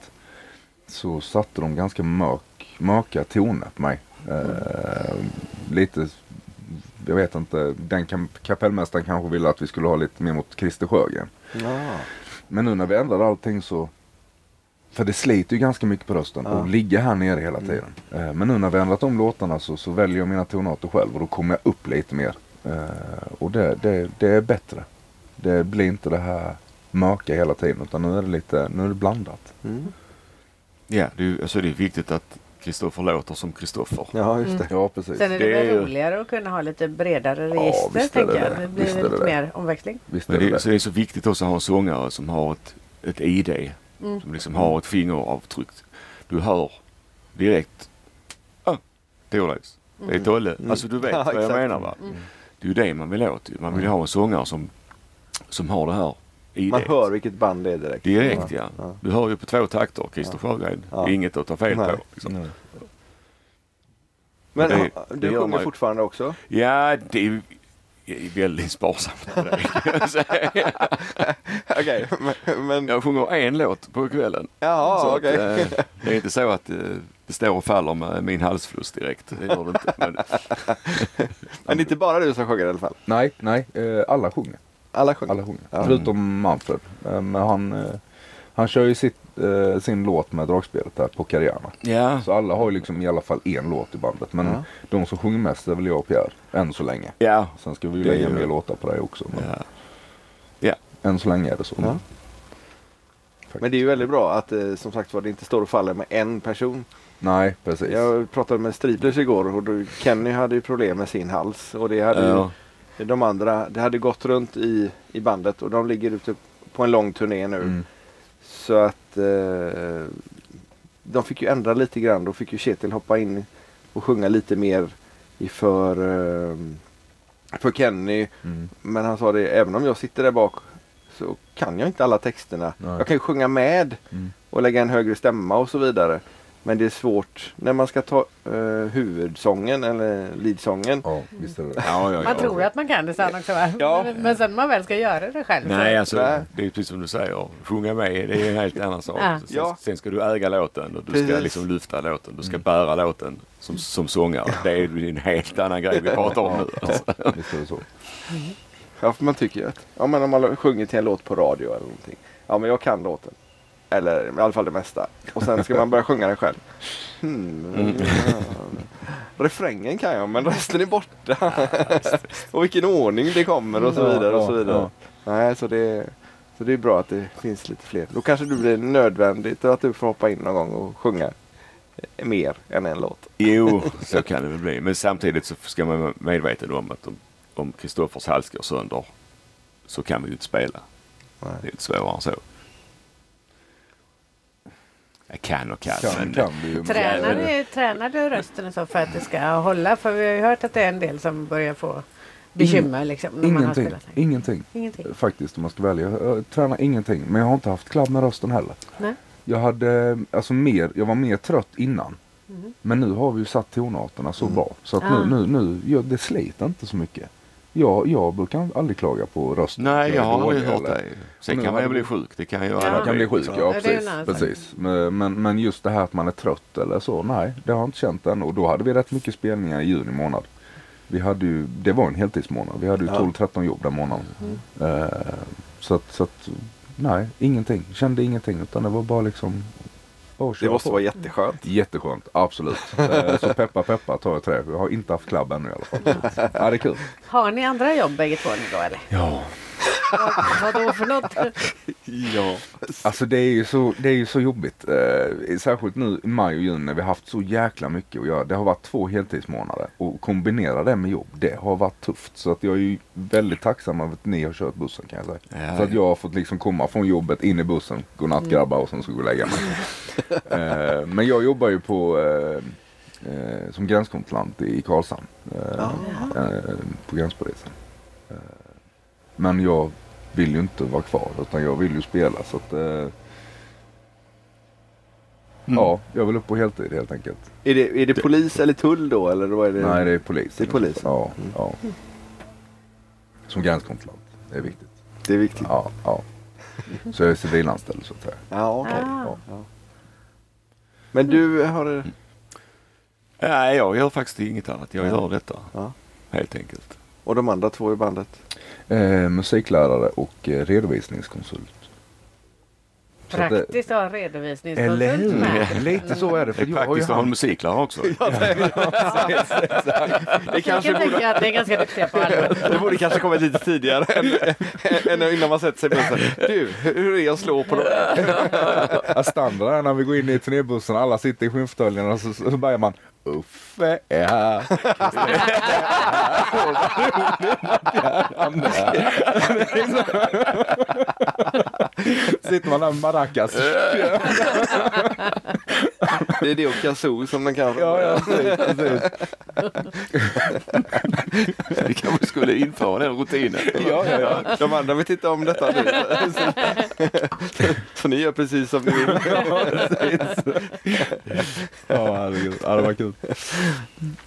Speaker 4: Så satte de ganska mörk, mörka toner på mig. Eh, lite, jag vet inte, den kam- kapellmästaren kanske ville att vi skulle ha lite mer mot Christer Sjögren.
Speaker 2: Ja.
Speaker 4: Men nu när vi ändrar allting så... För det sliter ju ganska mycket på rösten
Speaker 2: Ja.
Speaker 4: och ligga här nere hela tiden. Eh, Men nu när vi ändrat om låtarna så, så väljer jag mina tonarter själv och då kommer jag upp lite mer. Eh, Och det, det, det är bättre. Det blir inte det här mörka hela tiden utan nu är det lite, nu är det blandat.
Speaker 2: Mm.
Speaker 3: Ja, det är, ju- alltså det är viktigt att Kristoffer låter som Kristoffer.
Speaker 2: Mm. Ja, just det.
Speaker 4: Ja precis.
Speaker 1: Sen är det,
Speaker 3: Det är
Speaker 1: väl
Speaker 3: ju-
Speaker 1: roligare att kunna ha lite bredare
Speaker 4: Ja,
Speaker 1: register,
Speaker 4: visst är det
Speaker 1: tänker jag.
Speaker 4: det.
Speaker 1: Det blir
Speaker 4: Visst är
Speaker 1: lite
Speaker 4: det det.
Speaker 1: mer omväxling.
Speaker 4: Visst är
Speaker 3: Men
Speaker 4: det,
Speaker 3: det,
Speaker 4: det.
Speaker 3: så det är så viktigt också att ha en sångare som har ett, ett ID.
Speaker 2: Mm.
Speaker 3: Som liksom har ett fingeravtryck. Du hör direkt. Ah, det är Olaus. Det är Tolle. Alltså du vet
Speaker 2: Mm. Ja,
Speaker 3: vad jag
Speaker 2: exakt. Mm.
Speaker 3: menar va. Det är ju det man vill åt. ju. Man vill ju ha en sångare som, som har det här ID.
Speaker 2: Man hör vilket band det är direkt.
Speaker 3: Direkt ja.
Speaker 2: Ja.
Speaker 3: Du hör ju på två takter Christer Sjögren.
Speaker 2: Ja.
Speaker 3: Det är Inget att ta fel
Speaker 2: Nej.
Speaker 3: på. Liksom.
Speaker 4: Nej.
Speaker 2: Men
Speaker 3: Det-
Speaker 2: ha-
Speaker 3: det
Speaker 2: du
Speaker 3: gör man
Speaker 2: sjunger
Speaker 3: ju.
Speaker 2: fortfarande också?
Speaker 3: Ja, det är ju jag är väldigt sparsamt med det. kan jag säga.
Speaker 2: Okej, men... men
Speaker 3: Jag sjunger en låt på kvällen.
Speaker 2: jaha,
Speaker 3: Så
Speaker 2: okej.
Speaker 3: att, eh, det är inte så att eh, det står och faller med min halsfluss direkt. Det gör det inte. Men,
Speaker 2: Men det är inte bara du som sjunger i alla fall?
Speaker 4: Nej, nej, eh, alla sjunger.
Speaker 2: Alla sjunger?
Speaker 4: Alla sjunger.
Speaker 2: Ja.
Speaker 4: Förutom Manfred. Eh, Men han, eh, han kör ju sitt, eh, sin låt med dragspelet där på Carriana.
Speaker 3: ja.
Speaker 4: Så alla har ju liksom i alla fall en låt i bandet. Men
Speaker 2: Ja.
Speaker 4: de som sjunger mest är väl jag och Pierre. Än så länge.
Speaker 3: Ja.
Speaker 4: Sen ska vi ju
Speaker 3: Det är
Speaker 4: lägga
Speaker 3: ju-
Speaker 4: mer låtar på det också. Men
Speaker 3: ja. ja.
Speaker 4: Än så länge är det så.
Speaker 2: Ja. Men det är ju väldigt bra att eh, som sagt var det inte står och faller med en person.
Speaker 4: Nej, precis.
Speaker 2: Jag pratade med Striplers igår och då, Kenny hade ju problem med sin hals och det hade ju
Speaker 3: Ja.
Speaker 2: De andra, det hade gått runt i, i bandet och de ligger ute på en lång turné nu.
Speaker 4: Mm.
Speaker 2: Så att eh, de fick ju ändra lite grann. Då fick ju Kjetil hoppa in och sjunga lite mer för, ehm, för Kenny.
Speaker 4: Mm.
Speaker 2: Men han sa det, även om jag sitter där bak så kan jag inte alla texterna.
Speaker 4: Nej.
Speaker 2: Jag kan ju sjunga med
Speaker 4: Mm.
Speaker 2: och lägga en högre stämma och så vidare. Men det är svårt när man ska ta eh, huvudsången eller leadsången.
Speaker 4: Ja, visst är det det.
Speaker 3: Ja, ja, ja.
Speaker 1: Man tror att man kan det sen också va?
Speaker 2: Ja.
Speaker 1: Men, men sen när man väl ska göra det själv. så-
Speaker 3: Nej, alltså,
Speaker 2: Nej.
Speaker 3: det är precis som du säger. Sjunga med, det är en helt annan sak.
Speaker 1: Ja.
Speaker 3: Sen,
Speaker 2: Ja.
Speaker 3: sen ska du äga låten och du ska
Speaker 2: Precis.
Speaker 3: liksom lyfta låten. Du ska bära låten som, som sångare. Det är ju en helt annan grej vi pratar om nu. Alltså.
Speaker 4: Visst är det så.
Speaker 2: Ja, för man tycker ju att ja, men om man sjunger till en låt på radio eller någonting. Ja, men jag kan låten. Eller i alla fall det mesta. Och sen ska man börja sjunga den själv. Hmm, ja. Refrängen kan jag, men resten är borta. och vilken ordning det kommer och så
Speaker 4: Ja,
Speaker 2: vidare. och
Speaker 4: ja,
Speaker 2: så vidare.
Speaker 4: ja.
Speaker 2: Nej, så det, så det är bra att det finns lite fler. Då kanske du blir nödvändigt att du får hoppa in någon gång och sjunga eh, mer än en låt.
Speaker 3: Jo, så kan det väl bli. Men samtidigt så ska man vara medveten om att om- om Kristoffers hals går sönder så kan vi ju inte spela.
Speaker 2: Nej.
Speaker 3: Det är inte svårare än så. Jag kan och kan.
Speaker 4: Kan,
Speaker 3: men,
Speaker 4: kan vi ju.
Speaker 1: Tränar du, tränar du rösten och så för att det ska hålla? För vi har ju hört att det är en del som börjar få bekymmer liksom. När man har
Speaker 4: Ingenting.
Speaker 1: spelat. länge.
Speaker 4: Ingenting.
Speaker 1: Ingenting.
Speaker 4: Faktiskt om man ska välja. Jag tränar ingenting. Men jag har inte haft klabb med rösten heller.
Speaker 1: Nej.
Speaker 4: Jag hade, eh, alltså mer, jag var mer trött innan. Men nu har vi ju satt tonarterna så
Speaker 3: Mm.
Speaker 4: bra. Så att
Speaker 1: Ah.
Speaker 4: nu, nu, nu ja, det sliter inte så mycket. Jag, jag brukar aldrig klaga på rösten.
Speaker 3: Nej, jag har
Speaker 4: dålig
Speaker 3: aldrig hört
Speaker 4: eller-
Speaker 3: dig. Sen
Speaker 4: Nu
Speaker 3: kan man
Speaker 4: har
Speaker 3: ju
Speaker 4: du-
Speaker 3: bli sjuk. Det kan ju
Speaker 1: Ja.
Speaker 3: alla
Speaker 4: Man kan bli sjuk, ja
Speaker 1: det är
Speaker 4: precis.
Speaker 1: en annan sak.
Speaker 4: precis. Men, men- men just det här att man är trött eller så, nej det har jag inte känt än. Och då hade vi rätt mycket spelningar i juni månad. Vi hade ju, det var en heltidsmånad. Vi hade ju 12-13 jobb den månaden.
Speaker 1: Mm.
Speaker 4: Eh, så, att, så att, nej, ingenting. Kände ingenting utan det var bara liksom... åh,
Speaker 2: Det
Speaker 4: köra
Speaker 2: måste
Speaker 4: på.
Speaker 2: vara jätteskönt.
Speaker 4: Jätteskönt, absolut. Eh, så peppa peppa tar jag trä. Jag har inte haft klabb ännu i alla fall. Ja, det är kul.
Speaker 1: Har ni andra jobb bägge två nu då eller?
Speaker 3: Ja.
Speaker 1: Vad, vadå för något?
Speaker 2: Ja.
Speaker 4: Alltså det är ju så, det är ju så jobbigt. Eh, särskilt nu i maj och juni när vi har haft så jäkla mycket att göra. Det har varit två heltidsmånader och kombinera det med jobb, det har varit tufft. Så att jag är ju väldigt tacksam över att ni har kört bussen kan jag säga.
Speaker 3: Ja,
Speaker 4: så att
Speaker 3: ja.
Speaker 4: jag har fått liksom komma från jobbet in i bussen, godnatt grabbar och sen ska jag gå och lägga mig. eh, men jag jobbar ju på eh, eh, som gränskontrollant i Karlshamn. Eh, eh, på gränspolisen. Eh, Men jag vill ju inte vara kvar utan jag vill ju spela så att eh, Ja, jag vill upp på heltid helt enkelt.
Speaker 2: Är det, är det polis eller tull då? Eller vad är det?
Speaker 4: Nej, det är polisen. Mm.
Speaker 2: Det är polisen.
Speaker 4: Ja, ja. Som gränskontrollant. Det är viktigt.
Speaker 2: Det är viktigt.
Speaker 4: Ja, ja. Så jag är civilanställd så att säga.
Speaker 2: Ja, okej.
Speaker 1: Ah.
Speaker 2: Men du har...
Speaker 3: Nej, jag gör faktiskt inget annat. Jag gör detta.
Speaker 2: Ja.
Speaker 3: Helt enkelt.
Speaker 2: Och de andra två i bandet?
Speaker 4: Eh, musiklärare och eh, redovisningskonsult. Så att det-
Speaker 1: Praktiskt att ha en redovisningskonsult
Speaker 4: Eller
Speaker 1: med.
Speaker 4: hur? Lite så är det.
Speaker 3: Det
Speaker 4: För
Speaker 3: är
Speaker 4: jag har ju
Speaker 3: praktiskt att ha en
Speaker 4: hand-
Speaker 3: musiklärare också.
Speaker 2: Det
Speaker 1: Jag kan tänka att ni är ganska duktiga på alla.
Speaker 2: det borde kanske kommit lite tidigare än, än innan man sätter sig i bussen. Du, hur är det att slå på dem?
Speaker 4: Ja, standard är när vi går in i turnébussen alla sitter i skinnfåtöljerna och så, så börjar man Uffe är här. Sitter man där med maracas.
Speaker 2: Det är det och kazoo som de kan.
Speaker 4: Ja, ja, precis, precis.
Speaker 3: Vi kanske skulle införa den rutinen.
Speaker 4: Ja, ja, ja.
Speaker 2: De andra vet inte om detta nu. Så, så ni gör precis som ni vill.
Speaker 4: Ja, herregud. Ja, det var kul.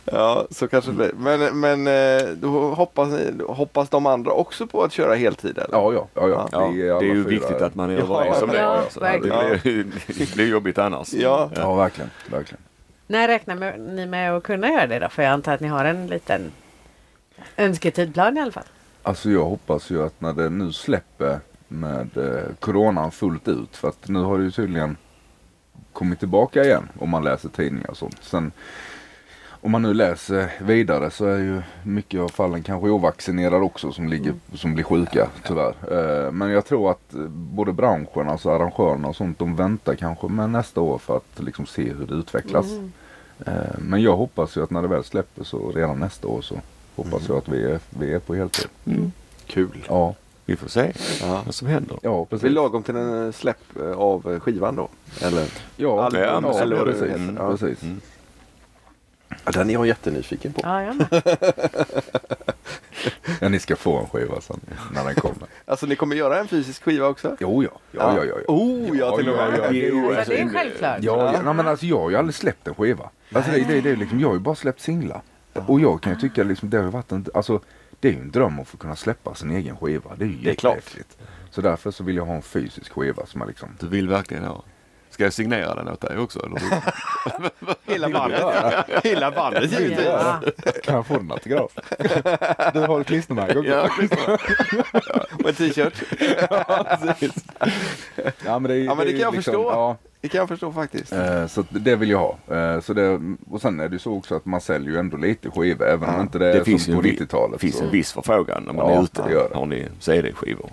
Speaker 2: Ja, så kanske det blir. Men, men eh, då hoppas, ni, hoppas de andra också på att köra heltid? Eller?
Speaker 4: Ja, ja, ja, ja.
Speaker 3: Ja,
Speaker 4: Vi
Speaker 3: det
Speaker 4: alla
Speaker 3: är ju
Speaker 4: fyra.
Speaker 3: viktigt att man är
Speaker 2: Ja,
Speaker 3: överens om det.
Speaker 1: ja,
Speaker 3: alltså. det,
Speaker 1: verkligen.
Speaker 3: blir, det blir jobbigt annars.
Speaker 2: Ja.
Speaker 4: Ja, verkligen. verkligen.
Speaker 1: När räknar med- ni med att kunna göra det då? För jag antar att ni har en liten önsketidplan i alla fall.
Speaker 4: Alltså jag hoppas ju att när det nu släpper med eh, coronan fullt ut för att nu har det ju tydligen kommit tillbaka igen om man läser tidningar och sånt. Sen om man nu läser vidare så är ju mycket av fallen kanske ovaccinerade också som, ligger, som blir sjuka tyvärr. Eh, men jag tror att eh, både branschen, alltså arrangörerna och sånt, de väntar kanske med nästa år för att liksom se hur det utvecklas. Eh, men jag hoppas ju att när det väl släpper så redan nästa år så hoppas jag att vi är, vi är på heltid.
Speaker 2: Kul.
Speaker 4: Ja,
Speaker 3: Vi får se
Speaker 2: Ja.
Speaker 3: vad som händer.
Speaker 4: ja
Speaker 2: Det är
Speaker 4: precis.
Speaker 2: lagom till en eh, släpp eh, av eh, skivan då? Eller?
Speaker 4: Ja,
Speaker 2: Album,
Speaker 4: ja,
Speaker 2: mm.
Speaker 3: eller vad det
Speaker 4: precis.
Speaker 2: heter.
Speaker 4: Ja, precis.
Speaker 2: Ja, den är jag jättenyfiken på.
Speaker 1: Ja, jag med.
Speaker 4: Ja, ni ska få en skiva sen när den kommer.
Speaker 2: Alltså ni kommer göra en fysisk skiva också?
Speaker 4: Jo, ja. Ja, ja, ja. ja.
Speaker 2: Oh, ja, till och
Speaker 4: ja,
Speaker 2: med.
Speaker 4: ja, det är ju-
Speaker 2: alltså,
Speaker 1: Så det är ju självklart.
Speaker 4: Ja, ja. Nej, men alltså jag har ju aldrig släppt en skiva. Alltså, det, det, det är liksom, jag har ju bara släppt singlar. Och jag kan ju tycka liksom, det har ju varit en, alltså, det är ju en dröm att få kunna släppa sin egen skiva. Det är ju
Speaker 2: Det är klart.
Speaker 4: jättehäftigt. Så därför så vill jag ha en fysisk skiva som är liksom
Speaker 3: Du vill verkligen ha. Ska jag signera den åt dig också? Eller?
Speaker 2: Hela bandet. Hela bandet givetvis.
Speaker 1: Ja.
Speaker 4: Kan jag få den autograf? Du har ett klistermärke också?
Speaker 2: Ja, Och en t-shirt.
Speaker 4: Ja, men det, är-
Speaker 2: Ja, men det
Speaker 4: är
Speaker 2: kan jag
Speaker 4: liksom-
Speaker 2: förstå.
Speaker 4: Ja,
Speaker 2: Det kan jag förstå faktiskt.
Speaker 4: eh, så att det vill jag ha. Eh, så det, och sen är det ju så också att man säljer ju ändå lite skivor även om inte det är som på
Speaker 3: vi-
Speaker 4: 90-talet.
Speaker 3: finns
Speaker 4: så.
Speaker 3: en viss förfrågan när man
Speaker 4: Ja,
Speaker 3: är ute.
Speaker 4: det gör det.
Speaker 3: Har ni CD-skivor?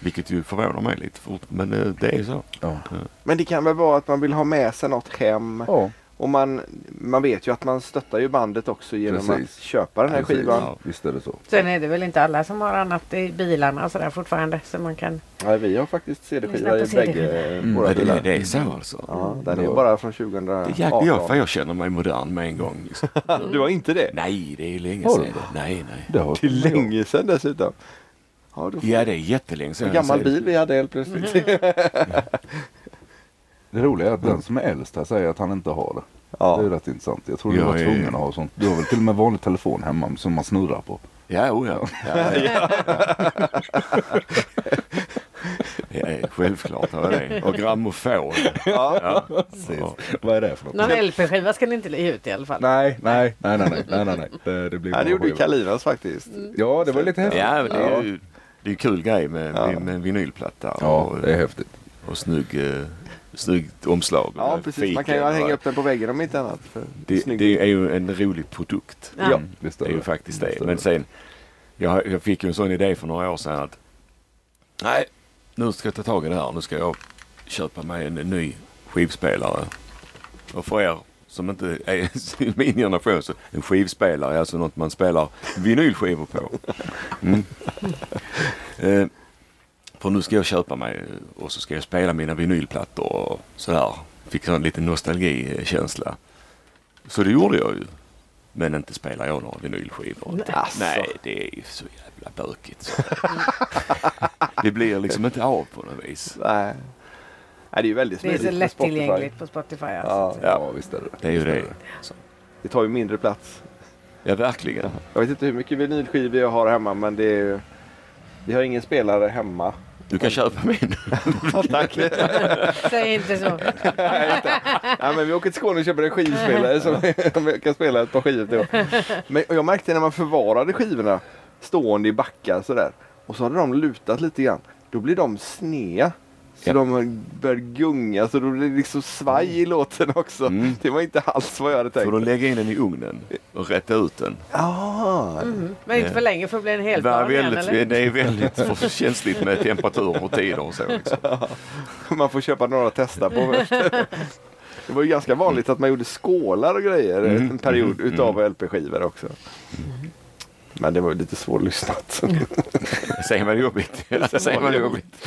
Speaker 3: Vilket ju förvånar mig lite. För, men eh, det är så.
Speaker 4: Ja.
Speaker 2: Men det kan väl vara att man vill ha med sig något hem.
Speaker 4: Ja,
Speaker 2: Och man, man vet ju att man stöttar ju bandet också genom
Speaker 4: Precis.
Speaker 2: att köpa den här
Speaker 4: precis.
Speaker 2: skivan.
Speaker 4: Ja, Visst är det så.
Speaker 1: Sen är det väl inte alla som har annat i bilarna och sådär fortfarande. Så man kan...
Speaker 2: Nej, vi har faktiskt CD-skiva i
Speaker 1: Lyssna på
Speaker 2: bägge eh,
Speaker 4: Mm.
Speaker 2: våra
Speaker 3: Men det,
Speaker 2: bilar.
Speaker 3: det är så alltså.
Speaker 2: Ja, den är bara från
Speaker 3: Det
Speaker 2: 2018.
Speaker 3: är jäkligt jag, för jag känner mig modern med en gång. Liksom.
Speaker 2: Du har inte det?
Speaker 3: Nej, det är länge
Speaker 4: Har du
Speaker 3: sedan. Nej, nej.
Speaker 4: Det har
Speaker 2: Det är länge sedan dessutom. Ja, du får...
Speaker 3: Ja, det är jättelänge sedan.
Speaker 2: En gammal
Speaker 3: jag
Speaker 2: bil vi hade helt plötsligt.
Speaker 4: Det roliga är att den som är äldst här säger att han inte har det. Det är ju
Speaker 2: ja.
Speaker 4: rätt intressant. Jag tror du
Speaker 3: Jag
Speaker 4: var
Speaker 3: är-
Speaker 4: tvungen att ha sånt. Du har väl till och med vanlig telefon hemma som man snurrar på?
Speaker 3: Ja, oh, ja. ja, ja. ja självklart har jag det. Och grammofon. Ja. Ja.
Speaker 4: Vad är det för
Speaker 1: Någon LP-skiva ska ni inte ge ut i alla fall.
Speaker 4: Nej, nej, nej, nej, nej, nej, nej, nej. Det, det blir
Speaker 2: ja,
Speaker 4: bara
Speaker 2: det gjorde ju
Speaker 4: skiva.
Speaker 2: Kalinas faktiskt.
Speaker 3: Mm.
Speaker 4: Ja, det var lite häftigt.
Speaker 3: Ja, men det är ju det är ju kul grej med, med, med en vinylplatta
Speaker 4: Ja,
Speaker 3: och,
Speaker 4: det är häftigt.
Speaker 3: och snygg, eh, snyggt omslag.
Speaker 2: Ja,
Speaker 3: med
Speaker 2: precis. Man kan ju
Speaker 3: fiken och-
Speaker 2: hänga upp den på väggen om inte annat. För
Speaker 3: Mm. det,
Speaker 2: snygg.
Speaker 3: det är ju en rolig produkt.
Speaker 1: Ja.
Speaker 4: Ja, visst
Speaker 3: Det är ju faktiskt det.
Speaker 4: Visst är
Speaker 3: Men sen, jag, jag fick ju en sån idé för några år sedan att nej, nu ska jag ta tag i det här. Nu ska jag köpa mig en ny skivspelare. Och för er som inte är i min generation, så en skivspelare är alltså något man spelar vinylskivor på. Mm. Eh, för nu ska jag köpa mig och så ska jag spela mina vinylplattor och sådär. Fick en liten nostalgikänsla. Så det gjorde jag ju. Men inte spelar jag några vinylskivor.
Speaker 2: Alltså.
Speaker 3: Nej, det är ju så jävla bökigt. så. det blir liksom inte av på något vis.
Speaker 2: Nej. Nej, det är ju väldigt
Speaker 1: Det är
Speaker 2: smidigt.
Speaker 1: så
Speaker 2: med
Speaker 1: lättillgängligt
Speaker 2: Spotify.
Speaker 1: på Spotify. Alltså.
Speaker 2: Ja,
Speaker 4: Ja, visst är det
Speaker 3: Det är ju
Speaker 4: Visst
Speaker 3: det. Så.
Speaker 2: det tar ju mindre plats.
Speaker 3: Ja, verkligen.
Speaker 2: Jag vet inte hur mycket vinylskivor jag har hemma men det är ju... Vi har ingen spelare hemma.
Speaker 3: Du kan köpa min.
Speaker 2: Tack!
Speaker 1: Säg inte så.
Speaker 2: Nej, men vi åker till Skåne och köper en skivspelare som vi kan spela ett par skivor till. Men och jag märkte när man förvarade skivorna stående i backar sådär och så hade de lutat lite grann. Då blir de snea. Så
Speaker 3: Ja.
Speaker 2: de började gunga så då blev det liksom svaj i låten också.
Speaker 3: Mm.
Speaker 2: Det var inte alls vad jag hade
Speaker 3: Får du
Speaker 2: tänkt.
Speaker 3: lägga in den i ugnen och rätta ut den.
Speaker 2: Ah,
Speaker 1: Men inte för länge för att bli en hel
Speaker 3: Det är
Speaker 1: plan igen, eller?
Speaker 3: väldigt, det är väldigt för känsligt med temperaturer och tider och så. Liksom.
Speaker 2: Man får köpa några att testa på först. Det var ju ganska vanligt att man gjorde skålar och grejer
Speaker 3: Mm.
Speaker 2: en period utav LP-skivor också. Men det var ju lite svårlyssnat.
Speaker 3: Säger man jobbigt? Säger man jobbigt?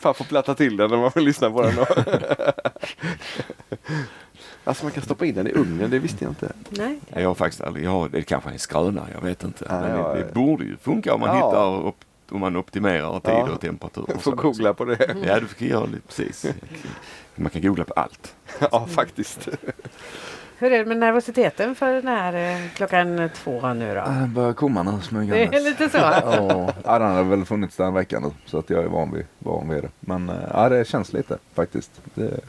Speaker 2: Fan får platta till den när man vill lyssna på den. då. alltså man kan stoppa in den i ugnen, det visste jag inte.
Speaker 1: Nej.
Speaker 3: Ja, Jag har faktiskt aldrig, jag har, det kanske är en skröna, jag vet inte.
Speaker 2: Ja,
Speaker 3: Men
Speaker 2: ja,
Speaker 3: det,
Speaker 2: ja.
Speaker 3: det borde ju funka om man
Speaker 2: Ja.
Speaker 3: hittar och om man optimerar tid
Speaker 2: Ja.
Speaker 3: och temperatur. och
Speaker 2: Får
Speaker 3: så.
Speaker 2: googla på det.
Speaker 3: Ja, du kan göra det, precis. Man kan googla på allt.
Speaker 2: ja, faktiskt.
Speaker 1: Hur är det med nervositeten för den här eh, klockan två nu då?
Speaker 4: Ja, Den börjar komma nu smygandes.
Speaker 1: Det är lite så.
Speaker 4: Ah, Ja, ja, den har väl funnits den veckan nu så att jag är van vid, van vid det. Men eh, ja, det känns lite faktiskt. Det...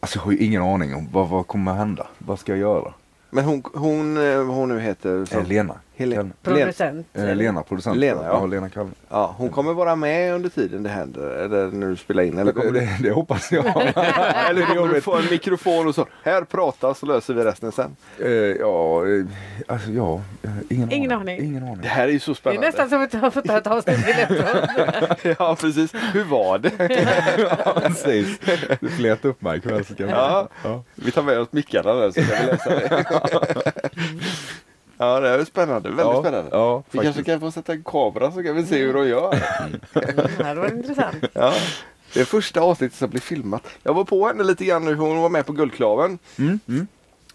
Speaker 4: Alltså jag har ju ingen aning om vad, vad kommer hända. Vad ska jag göra?
Speaker 2: Men hon, hon, eh, vad hon nu heter? som-
Speaker 4: Eh, Lena.
Speaker 2: Helena. Lena.
Speaker 1: Producent.
Speaker 4: Eh, Lena, producent.
Speaker 2: Lena, ja.
Speaker 4: Lena Kalm.
Speaker 2: Ja, hon kommer vara med under tiden det händer, eller när du spelar in. Eller
Speaker 4: Det,
Speaker 2: kommer du,
Speaker 4: det, det hoppas jag.
Speaker 2: eller kommer du få en mikrofon och så, här prata så löser vi resten sen.
Speaker 4: Eh, ja, eh, alltså ja. eh, Ingen,
Speaker 1: Ingen aning.
Speaker 4: Ingen aning.
Speaker 2: Det här är ju så
Speaker 1: Det är
Speaker 2: spännande.
Speaker 1: nästan som att jag har fått ta ett avsnitt till efteråt.
Speaker 2: ja, precis. Hur var det?
Speaker 4: Precis. Du flet upp mig ikväll så kan jag
Speaker 2: Ja. Vi tar med oss mickarna där så kan vi läsa det. Ja, det här är spännande. Väldigt
Speaker 4: ja,
Speaker 2: spännande.
Speaker 4: Ja,
Speaker 2: Vi kanske
Speaker 4: faktiskt.
Speaker 2: kan få sätta en kamera så kan vi se hur de gör. Mm,
Speaker 1: Det här var intressant.
Speaker 2: Ja. Det är första avsnittet som blir filmat. Jag var på henne lite grann nu, hon var med på Guldklaven.
Speaker 4: Mm, mm.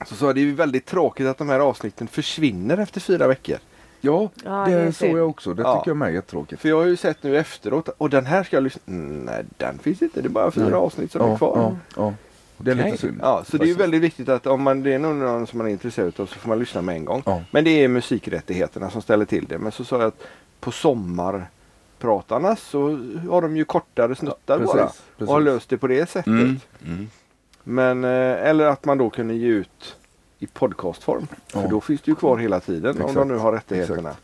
Speaker 2: Så sa jag, det är ju väldigt tråkigt att de här avsnitten försvinner efter fyra veckor.
Speaker 4: Ja,
Speaker 1: Ja,
Speaker 4: det,
Speaker 1: det är
Speaker 4: såg
Speaker 1: synd.
Speaker 4: jag också. Det
Speaker 2: Ja.
Speaker 4: tycker jag med är jättetråkigt.
Speaker 2: För jag har ju sett nu efteråt, och den här ska jag lyssna... Mm, Nej, den finns inte. Det är bara fyra
Speaker 4: Nej.
Speaker 2: avsnitt som
Speaker 4: ja,
Speaker 2: är kvar.
Speaker 4: Ja, ja. Det är
Speaker 2: Okej.
Speaker 4: lite synd.
Speaker 2: Ja, så det är ju
Speaker 4: faktiskt.
Speaker 2: väldigt viktigt att om man, det är någon som man är intresserad av så får man lyssna med en gång.
Speaker 4: Ja.
Speaker 2: Men det är musikrättigheterna som ställer till det. Men så sa jag att på sommarpratarna så har de ju kortare snuttar
Speaker 4: Precis,
Speaker 2: bara.
Speaker 4: precis.
Speaker 2: Och har löst det på det sättet.
Speaker 3: Mm. Mm.
Speaker 2: Men, eh, eller att man då kunde ge ut i podcastform.
Speaker 4: Ja.
Speaker 2: För då finns det ju kvar hela tiden om de
Speaker 4: Exakt,
Speaker 2: nu har rättigheterna.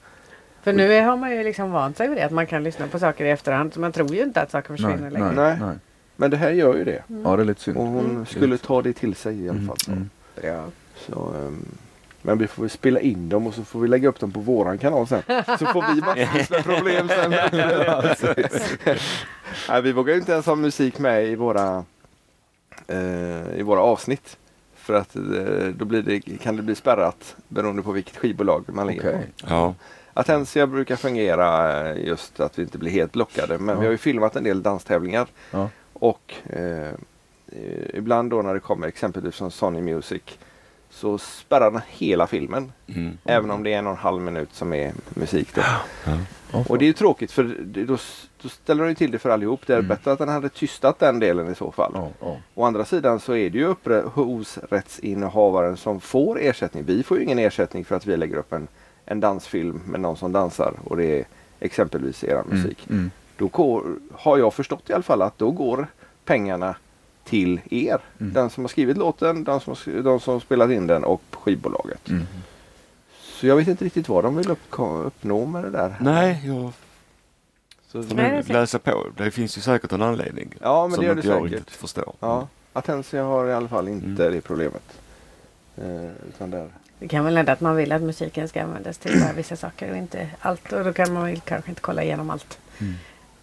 Speaker 1: För nu är- har man ju liksom vant sig vid det att man kan lyssna på saker i efterhand. Så man tror ju inte att saker
Speaker 4: Nej,
Speaker 1: försvinner längre.
Speaker 4: nej, nej.
Speaker 2: Nej. Men det här gör ju det.
Speaker 4: Ja, det är lite synd.
Speaker 2: Och hon skulle ta det till sig i alla fall. Så.
Speaker 4: Mm.
Speaker 1: Ja.
Speaker 2: Så, ehm, men vi får väl spela in dem och så får vi lägga upp dem på våran kanal sen. Så får vi massvis med problem sen. Nej, vi vågar ju inte ens ha musik med i våra, eh, i våra avsnitt. För att eh, då blir det, kan det bli spärrat beroende på vilket skivbolag man ligger på.
Speaker 4: Okej.
Speaker 3: Ja.
Speaker 2: Atensia brukar fungera eh, just att vi inte blir helt blockade. Men
Speaker 4: Ja.
Speaker 2: vi har ju filmat en del danstävlingar.
Speaker 4: Ja.
Speaker 2: Och eh, eh, ibland då när det kommer exempelvis från Sony Music så spärrar den hela filmen.
Speaker 3: Mm.
Speaker 2: Även om det är en och en halv minut som är musik. Då.
Speaker 4: Ja,
Speaker 2: Och det är ju tråkigt för det- då, s- då ställer de ju till det för allihop. Det är bättre att den hade tystat den delen i så fall.
Speaker 4: Mm. Ja, ja.
Speaker 2: Å andra sidan så är det ju upphovsrättsinnehavaren som får ersättning. Vi får ju ingen ersättning för att vi lägger upp en, en dansfilm med någon som dansar och det är exempelvis er musik.
Speaker 4: Mm.
Speaker 2: Då går, har jag förstått i alla fall att då går pengarna till er.
Speaker 4: Mm.
Speaker 2: Den som har skrivit låten, den som, har sk- de som har spelat in den och skivbolaget.
Speaker 4: Mm.
Speaker 2: Så jag vet inte riktigt vad de vill uppko- uppnå med det där.
Speaker 3: Nej, jag
Speaker 2: Så,
Speaker 1: Nej,
Speaker 3: får
Speaker 1: det är
Speaker 3: nog
Speaker 1: säkert.
Speaker 3: läsa på. Det finns ju säkert en anledning.
Speaker 2: Ja, men
Speaker 3: som
Speaker 2: det gör
Speaker 3: inte
Speaker 2: det
Speaker 3: jag
Speaker 2: säkert.
Speaker 3: riktigt förstår.
Speaker 2: ja, Atensia har i alla fall inte
Speaker 4: Mm.
Speaker 2: det problemet. Eh, utan där.
Speaker 1: Det kan väl hända att man vill att musiken ska användas till bara vissa saker och inte allt. Och då kan man väl kanske inte kolla igenom allt.
Speaker 4: Mm.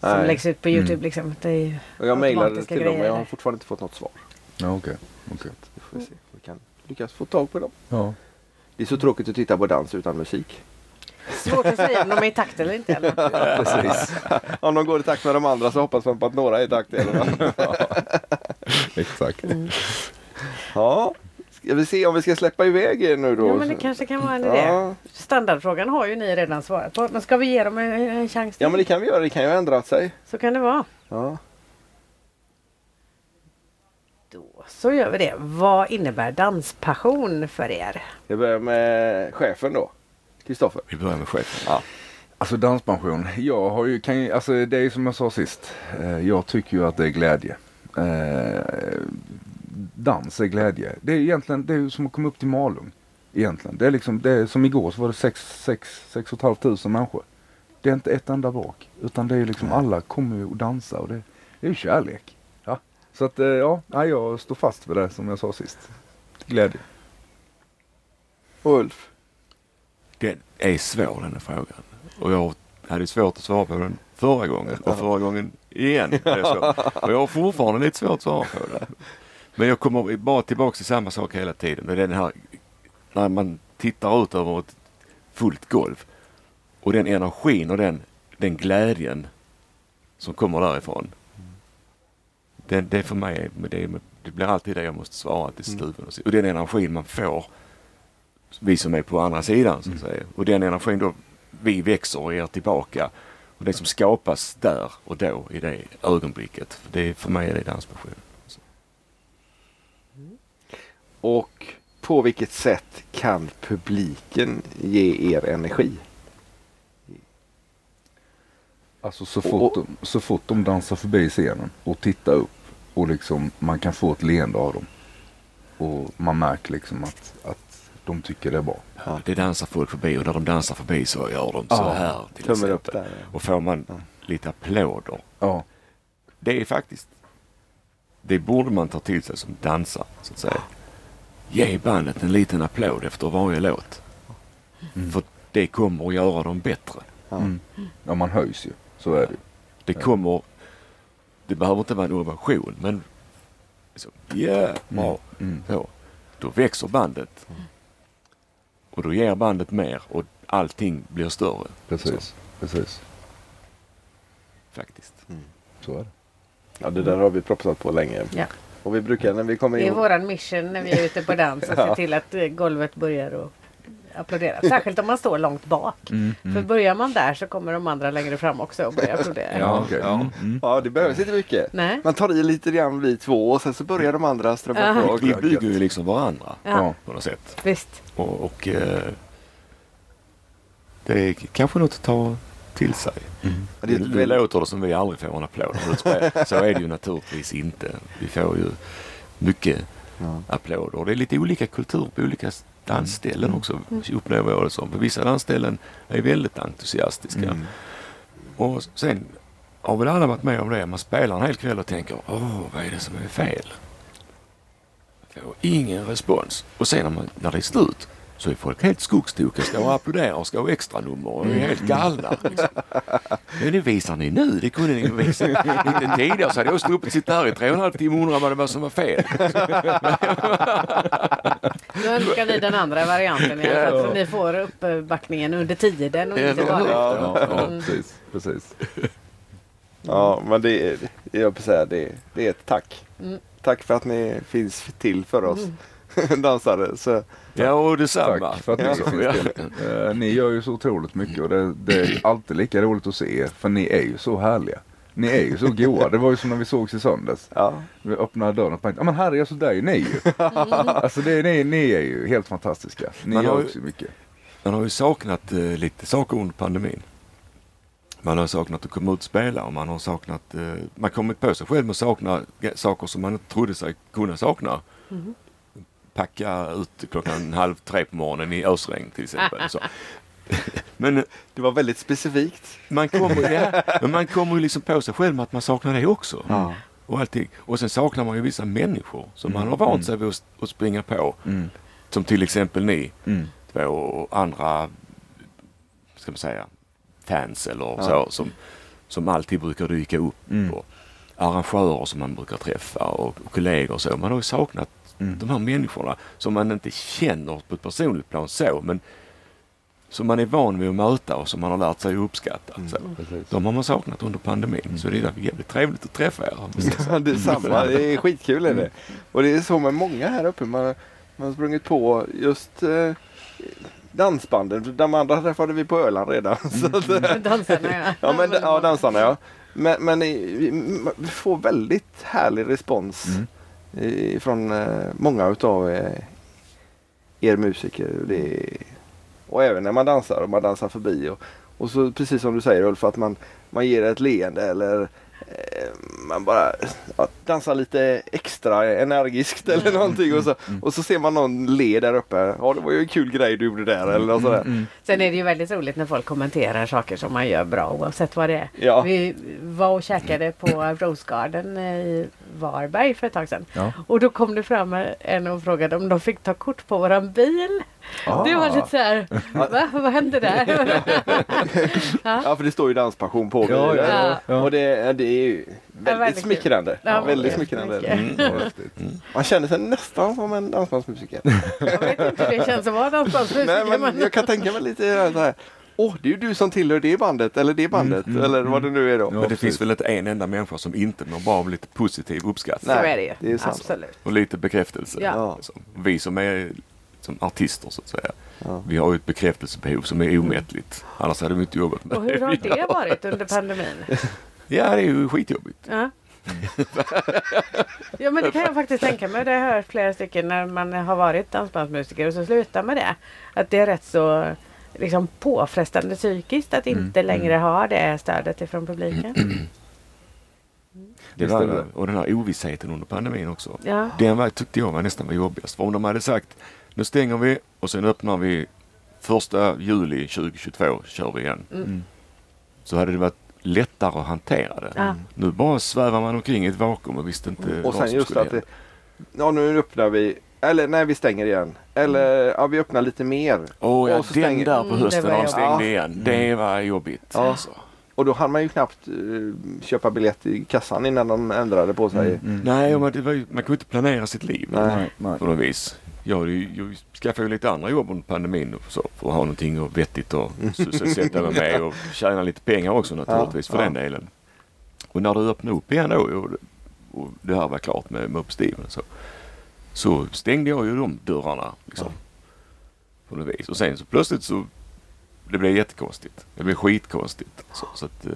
Speaker 1: Som
Speaker 2: Nej.
Speaker 1: läggs ut på Youtube liksom. Det är ju
Speaker 2: Och jag mejlade
Speaker 1: automatiska
Speaker 2: till dem men jag har
Speaker 1: grejer.
Speaker 2: fortfarande inte fått något svar.
Speaker 4: Ja, okej. okej.
Speaker 2: Vi får se om vi kan lyckas få tag på dem.
Speaker 4: Ja.
Speaker 2: Det är så tråkigt att titta på dans utan musik.
Speaker 1: svårt att säga om de är i takt eller inte. Eller?
Speaker 2: Om de går i takt med de andra så hoppas man på att några är i takt. i alla fall.
Speaker 4: Exakt.
Speaker 2: ja, ska vi se om vi ska släppa iväg er nu då?
Speaker 1: Ja, men det kanske kan vara en idé.
Speaker 2: Ja.
Speaker 1: Standardfrågan har ju ni redan svarat på. Men ska vi ge dem en, en chans till?
Speaker 2: Ja men det kan vi göra, det kan ju ha ändrat sig.
Speaker 1: Så kan det vara.
Speaker 2: Ja.
Speaker 1: Då så gör vi det. Vad innebär danspassion för er?
Speaker 2: Jag börjar med chefen då. Kristoffer.
Speaker 3: Vi börjar med chefen.
Speaker 4: Alltså danspension. Jag har ju, kan ju, alltså det är ju som jag sa sist. Eh, jag tycker ju att det är glädje. Eh, dans är glädje. Det är ju egentligen, det är ju som att komma upp till Malung. Egentligen. Det är liksom, det är, som igår så var det sex, sex, sex och ett halvt tusen människor. Det är inte ett enda bak. Utan det är ju liksom alla kommer ju och dansar och det, det är ju kärlek. Ja. Så att eh, ja, nej, jag står fast vid det som jag sa sist. Glädje.
Speaker 2: Och Ulf.
Speaker 3: Den är svår den här frågan. Och jag hade ju svårt att svara på den förra gången och förra gången igen. hade jag svårt. Och jag har fortfarande lite svårt att svara på den. Men jag kommer bara tillbaka till samma sak hela tiden. Det är den här när man tittar ut över ett fullt golv och den energin och den, den glädjen som kommer därifrån. Den, det är för mig, men det, är- det blir alltid det jag måste svara till slutet. Och den energin man får vi som är på andra sidan så att
Speaker 2: Mm.
Speaker 3: säga. Och den energin då vi växer och ger tillbaka. Och det som skapas där och då i det ögonblicket. För Det är, för mig är det danspassion.
Speaker 2: Och på vilket sätt kan publiken ge er energi?
Speaker 4: Alltså så fort, de, så fort de dansar förbi scenen och tittar upp och liksom man kan få ett leende av dem. Och man märker liksom att, att de tycker det är bra.
Speaker 2: Ja.
Speaker 3: Det dansar folk förbi och när de dansar förbi så gör de så
Speaker 4: Ja,
Speaker 3: här till
Speaker 2: tummen upp
Speaker 3: exempel.
Speaker 2: där, ja.
Speaker 3: Och får man lite applåder.
Speaker 4: Ja,
Speaker 3: Det är faktiskt, det borde man ta till sig som dansare så att säga. Ge bandet en liten applåd efter varje låt.
Speaker 2: Mm.
Speaker 3: För det kommer att göra dem bättre.
Speaker 4: Mm. ja man höjs ju. Så är det ju.
Speaker 3: Det kommer... Det behöver inte vara en ovation, men... Så, yeah, bra. Så, då växer bandet. Och då ger bandet mer och allting blir större. Så,
Speaker 4: Precis. Precis.
Speaker 3: faktiskt.
Speaker 4: Så är det.
Speaker 2: Ja det där har vi propsat på länge.
Speaker 1: Ja.
Speaker 2: Och vi brukar när vi kommer
Speaker 1: Det är
Speaker 2: in...
Speaker 1: våran mission när vi är ute på dans att se till att eh, golvet börjar att applådera. Särskilt om man står långt bak.
Speaker 3: Mm.
Speaker 1: För börjar man där så kommer de andra längre fram också och börjar applådera.
Speaker 2: okej.
Speaker 4: Mm, mm.
Speaker 2: Ja, det behövs inte mycket.
Speaker 1: Nej.
Speaker 2: Man tar i lite grann vi två och sen så börjar de andra strömma
Speaker 1: Ja.
Speaker 2: på.
Speaker 3: Vi bygger ju liksom varandra
Speaker 1: Ja,
Speaker 3: på något sätt.
Speaker 1: visst.
Speaker 3: Och, och eh, det är kanske något att ta till sig.
Speaker 2: Ja,
Speaker 3: Det,
Speaker 2: det är
Speaker 3: det
Speaker 2: väl-
Speaker 3: låter det som vi aldrig får en applåd när det spelar. Så är det ju naturligtvis inte. Vi får ju mycket
Speaker 2: Ja.
Speaker 3: applåder. Och det är lite olika kultur på olika s- dansställen också upplever jag det som. På vissa dansställen är väldigt entusiastiska.
Speaker 2: Mm.
Speaker 3: Och sen har väl alla varit med om det. Man spelar en hel kväll och tänker åh vad är det som är fel? Får ingen respons. Och sen när, man, när det är slut så är folk helt skogstokiga, står och applåderar och ska ha extra nummer och är helt galna. Liksom. Men det visar ni nu, det kunde ni visa lite tidigare så hade jag sluppit sitta här i tre och en halv timme och undra vad det var som var fel.
Speaker 1: Nu önskar ni den andra varianten i alla fall. Så ni får uppbackningen under tiden och inte bara
Speaker 3: Ja,
Speaker 1: efter.
Speaker 3: ja, ja.
Speaker 4: Ja, precis. precis.
Speaker 2: Ja, men det är, jag vill säga, det, är- det är ett tack.
Speaker 1: Mm.
Speaker 2: Tack för att ni finns till för oss dansare. Så,
Speaker 3: Ja, och detsamma.
Speaker 4: Tack för att ni
Speaker 3: Ja,
Speaker 4: finns
Speaker 3: ja.
Speaker 4: till. Eh, ni gör ju så otroligt mycket och det, det är alltid lika roligt att se er för ni är ju så härliga. Ni är ju så goa. Det var ju som när vi sågs i söndags.
Speaker 2: ja.
Speaker 4: Vi öppnade dörren och tänkte, ja men herre, så där är ni ju. Alltså det är, ni, ni är ju helt fantastiska. Ni
Speaker 3: Man har
Speaker 4: gör
Speaker 3: ju-
Speaker 4: också mycket.
Speaker 3: Man har ju saknat eh, lite saker under pandemin. Man har saknat att komma ut och spela och man har saknat, eh, man har kommit på sig själv med att sakna g- saker som man inte trodde sig kunna sakna. Mm-hmm. Packa ut klockan halv tre på morgonen i ösregn till exempel. Så. Men eh,
Speaker 2: Det var väldigt specifikt.
Speaker 3: man kommer, ja, men man kommer ju liksom på sig själv med att man saknar det också. Och, allting. och sen saknar man ju vissa människor som man har vant sig vid att, att springa på. Som till exempel ni
Speaker 4: Mm.
Speaker 3: två och andra, ska man säga, fans eller så som, som alltid brukar dyka upp. Och arrangörer som man brukar träffa och, och kollegor och så. Man har ju saknat de här människorna som man inte känner på ett personligt plan så men som man är van vid att möta och som man har lärt sig att uppskatta. Så. De har man saknat under pandemin så det är därför jävligt trevligt att träffa er.
Speaker 2: Ja, Mm. det är samma. Det är skitkul är det. Och det är så med många här uppe. Man, man har sprungit på just eh, dansbanden. De andra träffade vi på Öland redan. Så att,
Speaker 1: Mm.
Speaker 2: eh,
Speaker 1: Dansarna ja.
Speaker 2: ja, men, ja, dansarna ja. Men, men eh, vi vi får väldigt härlig respons eh, från eh, många utav eh, er musiker. Det är, och även när man dansar och man dansar förbi. Och, och så precis som du säger Ulf, att man, man ger ett leende eller eh, man bara ja, dansar lite extra energiskt eller någonting och så, och så ser man någon le där uppe. Ja det var ju en kul grej du gjorde där eller något sådär.
Speaker 4: Mm.
Speaker 1: Sen är det ju väldigt roligt när folk kommenterar saker som man gör bra oavsett vad det är.
Speaker 2: Ja.
Speaker 1: Vi var och käkade på Rose Garden eh, i Varberg för ett tag sedan.
Speaker 4: Ja.
Speaker 1: Och då kom det fram en och frågade om de fick ta kort på våran bil.
Speaker 2: Ah.
Speaker 1: Det var lite så här, va? Vad hände där?
Speaker 2: Ja, för det står ju danspassion på bilen.
Speaker 4: Ja,
Speaker 1: ja,
Speaker 4: ja.
Speaker 2: Och det, det är ju väldigt
Speaker 1: väldigt kul.
Speaker 2: smickrande.
Speaker 1: Ja,
Speaker 2: väldigt
Speaker 1: mycket.
Speaker 2: smickrande.
Speaker 1: Mycket.
Speaker 4: Vad häftigt.
Speaker 2: Man känner sig nästan som en dansbandsmusiker.
Speaker 1: Jag vet inte, det känns som att vara
Speaker 2: Nej,
Speaker 1: dansbandsmusiker.
Speaker 2: men
Speaker 1: men-
Speaker 2: jag kan tänka mig lite så här. Åh, det är ju du som tillhör det bandet eller det bandet eller vad det nu är då.
Speaker 4: Ja,
Speaker 3: Men det
Speaker 4: precis.
Speaker 3: finns väl inte en enda människa som inte mår bra av lite positiv
Speaker 1: Så
Speaker 3: uppskattning
Speaker 2: Nej,
Speaker 1: är det ju.
Speaker 2: det är ju sant.
Speaker 1: Absolut.
Speaker 3: och lite bekräftelse.
Speaker 1: Ja.
Speaker 2: Ja.
Speaker 3: Liksom. Vi som är som artister så att säga,
Speaker 2: Ja.
Speaker 3: vi har ju ett bekräftelsebehov som är omättligt. Annars hade vi inte jobbat med
Speaker 1: Och hur har det varit under pandemin?
Speaker 3: Ja, det är ju skitjobbigt.
Speaker 1: Ja. ja men det kan jag faktiskt tänka mig. Det har jag hört flera stycken när man har varit dansbandsmusiker och så slutar med det. Att det är rätt så liksom, påfrestande psykiskt
Speaker 2: Mm.
Speaker 1: att inte längre ha det stödet ifrån publiken.
Speaker 3: Det var, och den här ovissheten under pandemin också.
Speaker 1: Ja.
Speaker 3: Den var, tyckte jag var nästan var jobbigast. För om de hade sagt nu stänger vi och sen öppnar vi första juli 2022 kör vi igen.
Speaker 1: Mm.
Speaker 2: Mm.
Speaker 3: Så hade det varit lättare att hantera det.
Speaker 1: Ja.
Speaker 3: Nu bara svävar man omkring i ett vakuum och visste inte
Speaker 2: Och sen
Speaker 3: som
Speaker 2: just
Speaker 3: skulle
Speaker 2: att det,
Speaker 3: hända.
Speaker 2: ja nu öppnar vi, eller nej vi stänger igen. Eller ja, vi öppnar lite mer.
Speaker 3: Åh ja,
Speaker 2: och, så
Speaker 3: den
Speaker 2: stänger,
Speaker 3: där på
Speaker 1: Mm, det
Speaker 3: hösten
Speaker 1: var
Speaker 3: när de
Speaker 1: jobbigt.
Speaker 3: stängde
Speaker 2: Ja.
Speaker 3: igen. Det var jobbigt.
Speaker 2: Ja.
Speaker 3: Alltså.
Speaker 2: och då hann man ju knappt eh, köpa biljett i kassan innan de ändrade på sig.
Speaker 3: Nej, och man, det var, ju- man kunde inte planera sitt liv.
Speaker 2: Nej.
Speaker 4: Nej.
Speaker 3: på något vis. Jag, hade ju- jag skaffade ju lite andra jobb under pandemin och så, för att ha någonting och vettigt att sysselsätta mig med och tjäna lite pengar också naturligtvis för
Speaker 2: Ja,
Speaker 3: den delen. Och när det öppnade upp igen då och, och det här var klart med Mupp Steven så, så stängde jag ju de dörrarna. Liksom, På något vis. Och sen så plötsligt så det blev jättekonstigt. Det blev skitkonstigt. Så, så att, eh,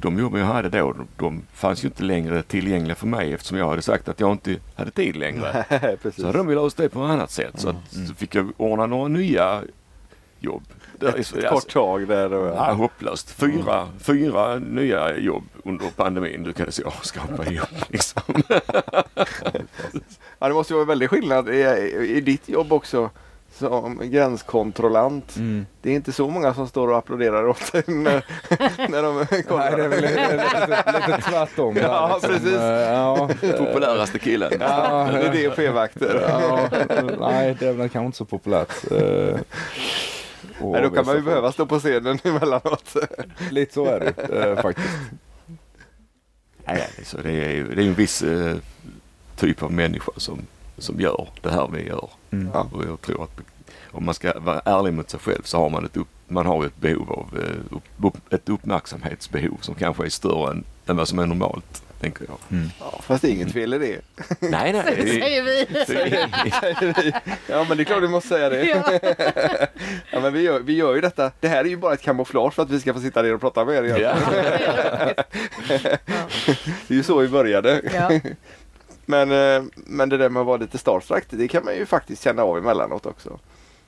Speaker 3: De jobben jag hade då, de, de fanns ju inte längre tillgängliga för mig eftersom jag hade sagt att jag inte hade tid längre.
Speaker 2: Precis.
Speaker 3: Så hade de ju löst det på något annat sätt. Så, att, så fick jag ordna några nya jobb.
Speaker 2: Ett, ett kort tag där. Och,
Speaker 3: Ja, hopplöst. Fyra, fyra nya jobb under pandemin lyckades jag skapa jobb. Liksom.
Speaker 2: Ja, det måste ju vara väldigt skillnad i, i ditt jobb också som gränskontrollant. Det är inte så många som står och applåderar åt dig när, när de
Speaker 4: Nej, det är
Speaker 2: kommer.
Speaker 4: väl lite, lite, lite tvärtom. där,
Speaker 2: Ja, precis.
Speaker 4: eh, Ja,
Speaker 3: Populäraste killen.
Speaker 2: Ja, det är DP-vakter.
Speaker 4: ja, nej, det är väl kanske inte så populärt. eh, och
Speaker 2: Nej, då
Speaker 4: avvisa
Speaker 2: kan man ju
Speaker 4: folk.
Speaker 2: behöva stå på scenen emellanåt.
Speaker 4: Lite så är det eh, faktiskt.
Speaker 3: Nej, så det är ju det är ju en viss eh, typ av människa som, som gör det här vi gör. Ja, Och jag tror att om man ska vara ärlig mot sig själv så har man ett, upp, man har ju ett behov av eh, upp, upp, ett uppmärksamhetsbehov som kanske är större än, än vad som är normalt. Tänker jag.
Speaker 2: Ja, fast det är inget fel i det.
Speaker 3: Nej, nej.
Speaker 1: Det säger vi.
Speaker 2: Ja, men det är klart du måste säga det.
Speaker 1: Ja.
Speaker 2: Ja, men vi gör, vi gör ju detta. Det här är ju bara ett kamouflage för att vi ska få sitta ner och prata med er igen.
Speaker 3: Ja.
Speaker 2: Det är ju så vi började.
Speaker 1: Ja.
Speaker 2: Men, eh, men det där med att vara lite starstruck, det kan man ju faktiskt känna av emellanåt också.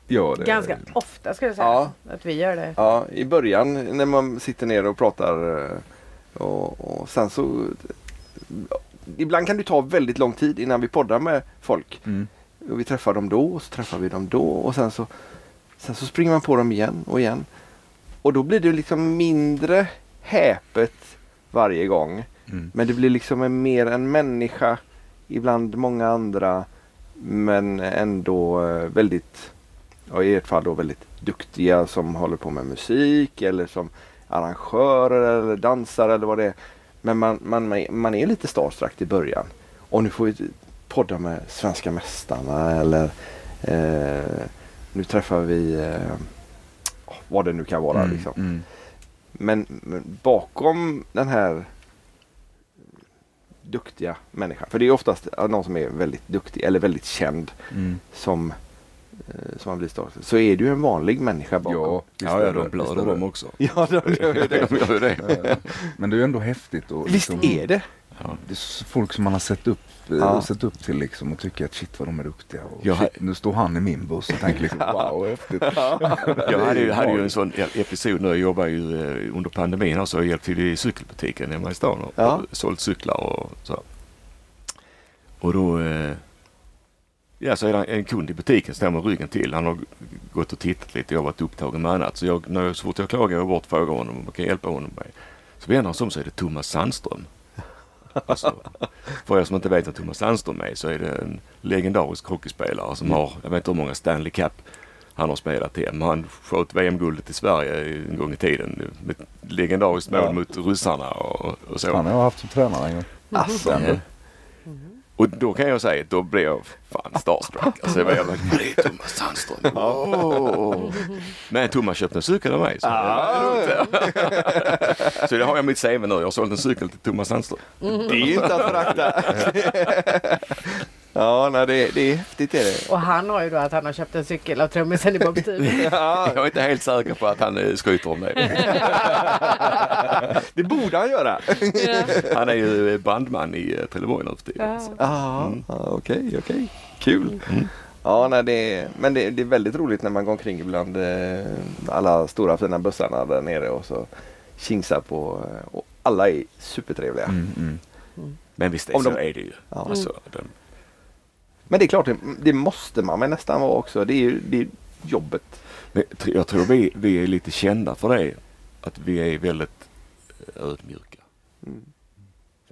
Speaker 4: Ja, det,
Speaker 1: Ganska ofta ska jag säga
Speaker 2: Ja.
Speaker 1: att vi gör det.
Speaker 2: Ja, i början när man sitter ner och pratar eh, och, och sen så... eh, Ibland kan det ta väldigt lång tid innan vi poddar med folk.
Speaker 4: Mm.
Speaker 2: Och vi träffar dem då och så träffar vi dem då och sen så, sen så springer man på dem igen och igen. Och då blir det liksom mindre häpet varje gång.
Speaker 4: Mm.
Speaker 2: Men det blir liksom en, mer en människa ibland många andra men ändå eh, väldigt, ja, i ert fall då väldigt duktiga som håller på med musik eller som arrangörer eller dansare eller vad det är. Men man, man, man är lite starstruck i början. Och nu får vi podda med Svenska Mästarna eller eh, nu träffar vi eh, vad det nu kan vara.
Speaker 4: Mm,
Speaker 2: Liksom.
Speaker 4: mm.
Speaker 2: Men, men bakom den här duktiga människan, för det är oftast någon som är väldigt duktig eller väldigt känd
Speaker 4: Mm.
Speaker 2: som, eh, som man blir stolt så är det ju en vanlig människa bakom.
Speaker 4: Ja,
Speaker 3: Ja, ja, de blöder de också.
Speaker 2: ja de gör ju det.
Speaker 3: De gör ju det.
Speaker 4: men det är ju ändå häftigt. liksom- Och,
Speaker 2: Visst är det?
Speaker 4: Det är s- folk som man har sett upp, eh,
Speaker 2: Ja.
Speaker 4: sett upp till liksom och tycker att shit vad de är duktiga. Och,
Speaker 3: Jag-
Speaker 4: shit, nu står han i min buss och tänker liksom wow vad häftigt.
Speaker 3: Jag hade ju, hade ju en sån episod nu. Jag jobbar ju eh, under pandemin här, så jag hjälpte till i cykelbutiken hemma i stan och
Speaker 2: Ja.
Speaker 3: ja. sålt cyklar och så. Och då eh, ja, så är det en kund i butiken står med ryggen till. Han har gått och tittat lite. Jag har varit upptagen med annat. Så, jag, när jag, så fort jag klagar jag bort frågar honom om jag kan hjälpa honom. Med. Så vänder han sig om så är det Thomas Sandström. Alltså, för er som inte vet vem Thomas Sandström är så är det en legendarisk hockeyspelare som har, jag vet inte hur många Stanley Cup han har spelat hem. Han sköt VM-guldet i Sverige en gång i tiden med ett legendariskt mål
Speaker 4: Ja.
Speaker 3: mot ryssarna och, och så.
Speaker 4: Han har jag haft som tränare en gång.
Speaker 2: Alltså.
Speaker 4: Den-
Speaker 3: Mm. Och då kan jag säga att då blev jag fan starstruck. Alltså jag var jävla, det är Thomas Sandström. Åh. Men Thomas köpte en cykel av mig. Så, så det har jag i mitt CV nu. Jag har sålt en cykel till Thomas Sandström.
Speaker 2: Det är ju inte att förakta. ja, nej, det, det är häftigt är det.
Speaker 1: Och han har ju då att han har köpt en cykel av trummisen i Bob Steven.
Speaker 2: Ja,
Speaker 3: Jag är inte helt säker på att han eh, skryter om det.
Speaker 2: det borde han göra.
Speaker 3: Han är ju bandman i eh, Trelleborg nu för tiden. Så.
Speaker 2: Ja, ja, okej, okej. Kul. Mm. Ja, nej, det är, men det, det är väldigt roligt när man går omkring bland eh, alla stora fina bussarna där nere och så kingsar på eh, och alla är supertrevliga.
Speaker 3: Men visst är,
Speaker 2: Om
Speaker 3: så
Speaker 2: de-
Speaker 3: är det ju.
Speaker 2: Ja.
Speaker 3: Alltså, de,
Speaker 2: Men det är klart, det, det måste man väl nästan vara också. Det är ju det är jobbet.
Speaker 3: Men jag tr- jag tror vi, vi är lite kända för det. Att vi är väldigt eh, ödmjuka.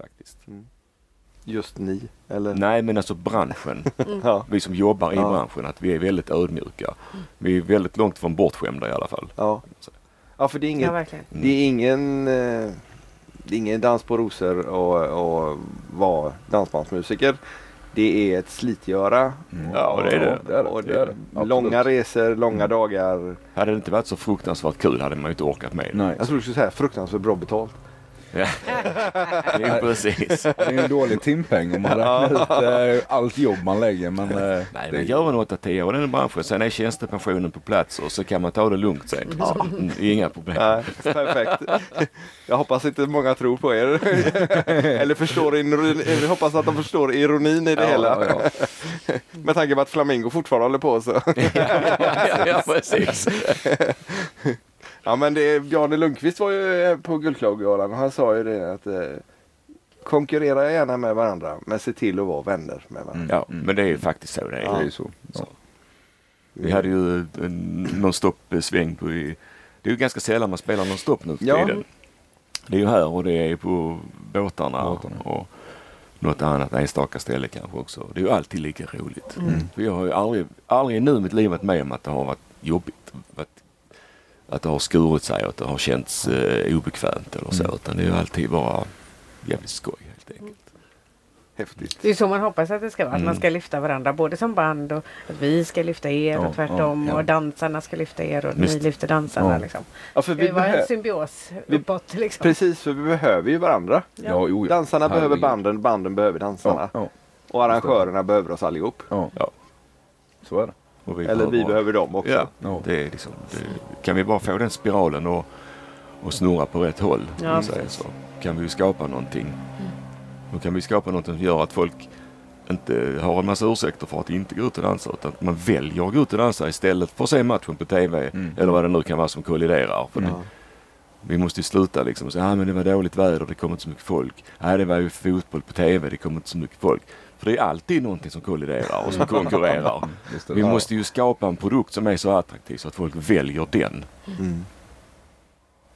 Speaker 3: Faktiskt.
Speaker 2: Just ni, eller?
Speaker 3: Nej men alltså branschen.
Speaker 2: Ja,
Speaker 3: Vi som jobbar i
Speaker 2: Ja.
Speaker 3: branschen. Att vi är väldigt ödmjuka. Vi är väldigt långt från bortskämda i alla fall.
Speaker 2: ja. ja, för det är
Speaker 1: Ja,
Speaker 2: inget,
Speaker 1: verkligen.
Speaker 2: Det är ingen, eh, det är ingen dans på rosor och, och vara dansbandsmusiker. Det är ett slitgöra.
Speaker 3: Ja, det är det.
Speaker 2: Och,
Speaker 4: Det är det,
Speaker 2: och
Speaker 4: det är det. Absolut.
Speaker 2: Långa resor, långa dagar.
Speaker 3: Hade det inte varit så fruktansvärt kul hade man ju inte orkat med det.
Speaker 4: Nej.
Speaker 2: Jag tror du skulle säga fruktansvärt bra betalt.
Speaker 3: Ja, jo, precis.
Speaker 4: Det är ju en dålig timpeng om man räknar ut eh, allt jobb man lägger. Men, eh,
Speaker 3: Nej,
Speaker 4: det-
Speaker 3: men gör en 8-10 år i den branschen. Sen är tjänstepensionen på plats och så kan man ta det lugnt sen. Liksom. Mm, Inga problem.
Speaker 2: Nej, perfekt. Jag hoppas inte många tror på er. Eller förstår ironin. Jag hoppas att de förstår ironin i det hela.
Speaker 3: ja, ja.
Speaker 2: Med tanke på att Flamingo fortfarande håller på så.
Speaker 3: ja, ja, precis.
Speaker 2: Ja men det, Bjarne Lundqvist var ju eh, på Guldklaggalan och han sa ju det att eh, konkurrera gärna med varandra men se till att vara vänner med varandra.
Speaker 3: Ja, men det är ju faktiskt så det
Speaker 4: Det är
Speaker 3: är.
Speaker 4: ju så. Ja.
Speaker 3: Så. Vi hade ju en non-stop-sväng på... i- Det är ju ganska sällan man spelar non-stop nu för
Speaker 2: Ja.
Speaker 3: tiden. Det är ju här och det är på båtarna,
Speaker 4: Båtarna.
Speaker 3: och något annat enstaka ställe kanske också. Det är ju alltid lika roligt.
Speaker 2: Mm.
Speaker 3: Mm. För jag har ju aldrig, aldrig nu i mitt liv varit med om att det har varit jobbigt. Att, att det har skurit sig och att det har känts eh, obekvämt eller
Speaker 2: Mm.
Speaker 3: så. Utan det är ju alltid bara jävligt skoj helt enkelt.
Speaker 2: Häftigt.
Speaker 1: Det är så man hoppas att det ska vara. Att man ska lyfta varandra både som band och att vi ska lyfta er
Speaker 4: Ja,
Speaker 1: och tvärtom.
Speaker 4: ja, ja.
Speaker 1: Och dansarna ska lyfta er och ni
Speaker 3: Visst.
Speaker 1: lyfter dansarna.
Speaker 4: Ja.
Speaker 1: Liksom.
Speaker 2: Ja, för
Speaker 1: Det
Speaker 2: vi
Speaker 1: var en
Speaker 2: behö-
Speaker 1: symbios
Speaker 2: vi-
Speaker 1: uppåt liksom.
Speaker 2: precis för vi behöver ju varandra.
Speaker 4: Ja, jo, Oh ja.
Speaker 2: Dansarna behöver
Speaker 4: Herregud.
Speaker 2: banden, banden behöver dansarna.
Speaker 4: Ja, ja,
Speaker 2: Och arrangörerna behöver oss allihop.
Speaker 4: ja.
Speaker 3: Ja.
Speaker 4: Så är det.
Speaker 3: Och vi
Speaker 2: Eller vi
Speaker 3: behöver-
Speaker 2: behöver dem också.
Speaker 3: Ja,
Speaker 4: Ja.
Speaker 3: det är liksom, det, kan vi bara få den spiralen och, och snurra på rätt håll om
Speaker 1: Ja.
Speaker 3: man säger så kan vi ju skapa någonting. Då kan vi skapa någonting som gör att folk inte har en massa ursäkter för att inte gå ut och dansa utan att man väljer att gå ut och dansa istället för att se matchen på TV
Speaker 4: Mm.
Speaker 3: eller vad det nu kan vara som kolliderar. För det, vi måste ju sluta liksom och säga ah, men det var dåligt väder, det kom inte så mycket folk. Nej, det var ju fotboll på TV, det kom inte så mycket folk. För det är alltid någonting som kolliderar och som konkurrerar.
Speaker 4: Just det.
Speaker 3: Vi
Speaker 4: Ja.
Speaker 3: måste ju skapa en produkt som är så attraktiv så att folk väljer den.
Speaker 2: Mm.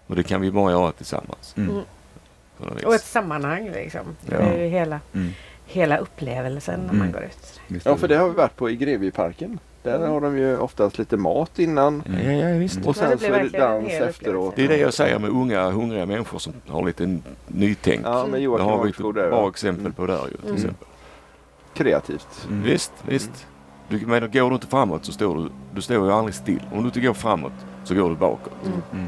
Speaker 3: Och det kan vi bara göra tillsammans.
Speaker 4: Mm.
Speaker 3: På något vis.
Speaker 1: Och ett sammanhang liksom.
Speaker 3: Ja.
Speaker 1: Det är ju hela,
Speaker 4: Mm.
Speaker 1: hela upplevelsen när man
Speaker 4: Mm.
Speaker 1: går ut.
Speaker 4: Visst
Speaker 2: Ja,
Speaker 4: är
Speaker 2: för det har vi varit på i Greviparken. Där har de ju oftast lite mat innan
Speaker 3: Ja, ja, ja, visst.
Speaker 2: och
Speaker 1: Ja, det
Speaker 2: sen så
Speaker 1: blir
Speaker 2: är det
Speaker 1: verkligen en
Speaker 2: dans
Speaker 1: hel
Speaker 2: efteråt.
Speaker 3: Det är det jag säger med unga, hungriga människor som har lite nytänk.
Speaker 2: Ja, men
Speaker 3: det
Speaker 2: Joakim
Speaker 3: har vi ett
Speaker 2: Hansgård där.
Speaker 3: bra
Speaker 2: ja. Mm.
Speaker 3: exempel på där ju. Till
Speaker 4: Mm.
Speaker 3: exempel.
Speaker 2: Kreativt.
Speaker 3: Visst, visst.
Speaker 2: Mm.
Speaker 3: Du menar, går du inte framåt så står du, du står ju aldrig still. Om du inte går framåt så går du bakåt.
Speaker 4: Mm.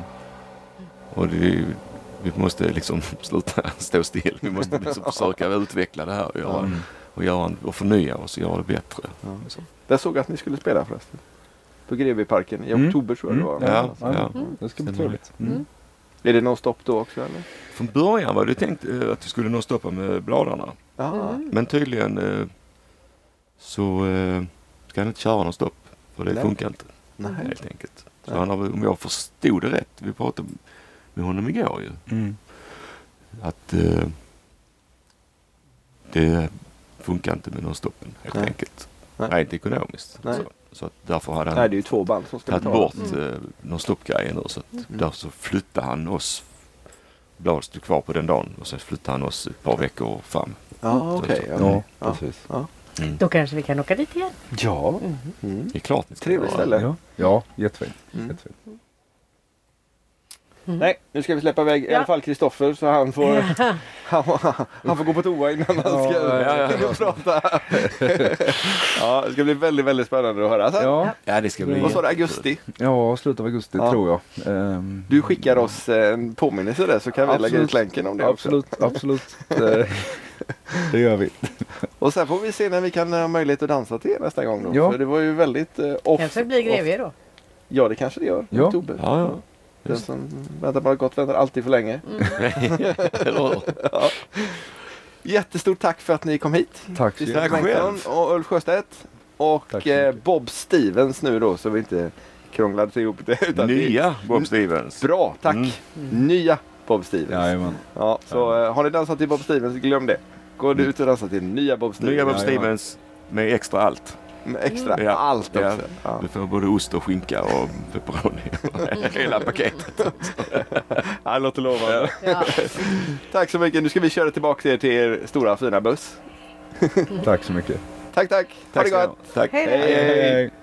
Speaker 3: Och det, är ju- vi måste liksom sluta stå still. Vi måste liksom försöka utveckla det här och, göra,
Speaker 4: Mm.
Speaker 2: Mm.
Speaker 3: och, göra, en- och förnya oss och göra det bättre. Så.
Speaker 2: Där såg jag att ni skulle spela förresten. På Greviparken i
Speaker 4: Mm.
Speaker 2: oktober tror jag det var.
Speaker 3: Ja,
Speaker 4: Ja.
Speaker 3: ja.
Speaker 4: Det ska bli trevligt. Mm.
Speaker 2: Är det någon stopp då också eller?
Speaker 3: Från början var det tänkt eh, att vi skulle nå stoppa med bladarna.
Speaker 2: Ja.
Speaker 3: Men tydligen eh, så eh, ska han inte köra någon stopp. För det
Speaker 2: Nej.
Speaker 3: funkar inte
Speaker 2: Nej.
Speaker 4: Mm.
Speaker 3: helt enkelt. Så
Speaker 2: Nej.
Speaker 3: han har, väl- om jag förstod det rätt, vi pratade med honom igår ju,
Speaker 4: Mm.
Speaker 3: att eh, det funkar inte med någon stoppen helt
Speaker 2: Nej.
Speaker 3: enkelt.
Speaker 2: Nej.
Speaker 3: Rent ekonomiskt.
Speaker 2: Nej.
Speaker 3: Så, så att därför hade han
Speaker 2: Nej, det är ju två band som ska Mm.
Speaker 3: tagit
Speaker 2: betala.
Speaker 3: bort eh, någon stoppgrej nu så
Speaker 2: Mm.
Speaker 3: att därför så flyttade han oss. Bladet stod kvar på den dagen och sen flyttade han oss ett par veckor fram.
Speaker 2: Ja, okej.
Speaker 4: Ja,
Speaker 2: okej. Ja.
Speaker 4: precis.
Speaker 2: Ja.
Speaker 1: Då kanske vi kan åka dit igen.
Speaker 2: Ja. Mm.
Speaker 3: Det är klart ni ska
Speaker 2: Trevligt
Speaker 3: göra det.
Speaker 2: ställe.
Speaker 4: Ja, ja jättefint.
Speaker 2: Mm.
Speaker 4: jättefint.
Speaker 2: Nej, nu ska vi släppa iväg i
Speaker 1: Ja.
Speaker 2: alla fall Kristoffer så han får, han, han får gå på toa innan han ska
Speaker 3: ja,
Speaker 2: ut
Speaker 3: ja.
Speaker 2: och prata. ja, det ska bli väldigt, väldigt spännande att höra. Så,
Speaker 4: Ja,
Speaker 3: Ja, det ska bli...
Speaker 2: vad sa du, augusti?
Speaker 4: ja, slutet av augusti
Speaker 2: Ja.
Speaker 4: tror jag. Ehm,
Speaker 2: Du skickar oss eh, en påminnelse där så kan vi lägga
Speaker 4: Absolut.
Speaker 2: ut länken om det också.
Speaker 4: Absolut, absolut. Eh, det gör vi.
Speaker 2: Och sen får vi se när vi kan ha möjlighet att dansa till er nästa gång då.
Speaker 4: Ja.
Speaker 2: För det var ju väldigt eh, off.
Speaker 1: Kanske det blir
Speaker 2: off-
Speaker 1: Grevie då.
Speaker 2: Ja, det kanske det gör.
Speaker 4: Ja.
Speaker 2: Oktober.
Speaker 3: Ja, ja.
Speaker 2: Den som väntar på något gott väntar alltid för länge.
Speaker 3: Eller hur?
Speaker 2: Jättestort tack för att ni kom hit.
Speaker 4: Tack så
Speaker 2: Kristoffer
Speaker 4: jättemycket.
Speaker 3: Tack
Speaker 2: Bengtsson och Ulf Sjöstedt.
Speaker 4: Tack
Speaker 2: Och
Speaker 4: så mycket.
Speaker 2: eh, Bob Stevens nu då så vi inte krånglade till ihop det. Utan det
Speaker 3: Nya Bob Stevens.
Speaker 2: är bra, tack. Mm. Nya Bob Stevens. Ja,
Speaker 4: Jajamän.
Speaker 2: så eh, har ni dansat till Bob Stevens, glöm det. Gå du ut och dansa till nya Bob Stevens.
Speaker 3: Nya Bob
Speaker 4: Ja, ja.
Speaker 3: Stevens med extra allt.
Speaker 2: Med extra
Speaker 3: Ja.
Speaker 2: allt
Speaker 3: Ja.
Speaker 2: också. Ja.
Speaker 3: Du får både ost och skinka och pepperoni. Hela paketet.
Speaker 2: Ja, det låter lovande.
Speaker 1: Ja.
Speaker 2: Tack så mycket. Nu ska vi köra tillbaka er till er stora fina buss.
Speaker 4: Tack så mycket.
Speaker 2: Tack, tack. Ha
Speaker 3: Tack
Speaker 2: det
Speaker 3: ska ni
Speaker 2: gott.
Speaker 3: ha. Tack.
Speaker 1: Hej då.
Speaker 2: Hej, hej.
Speaker 4: hej.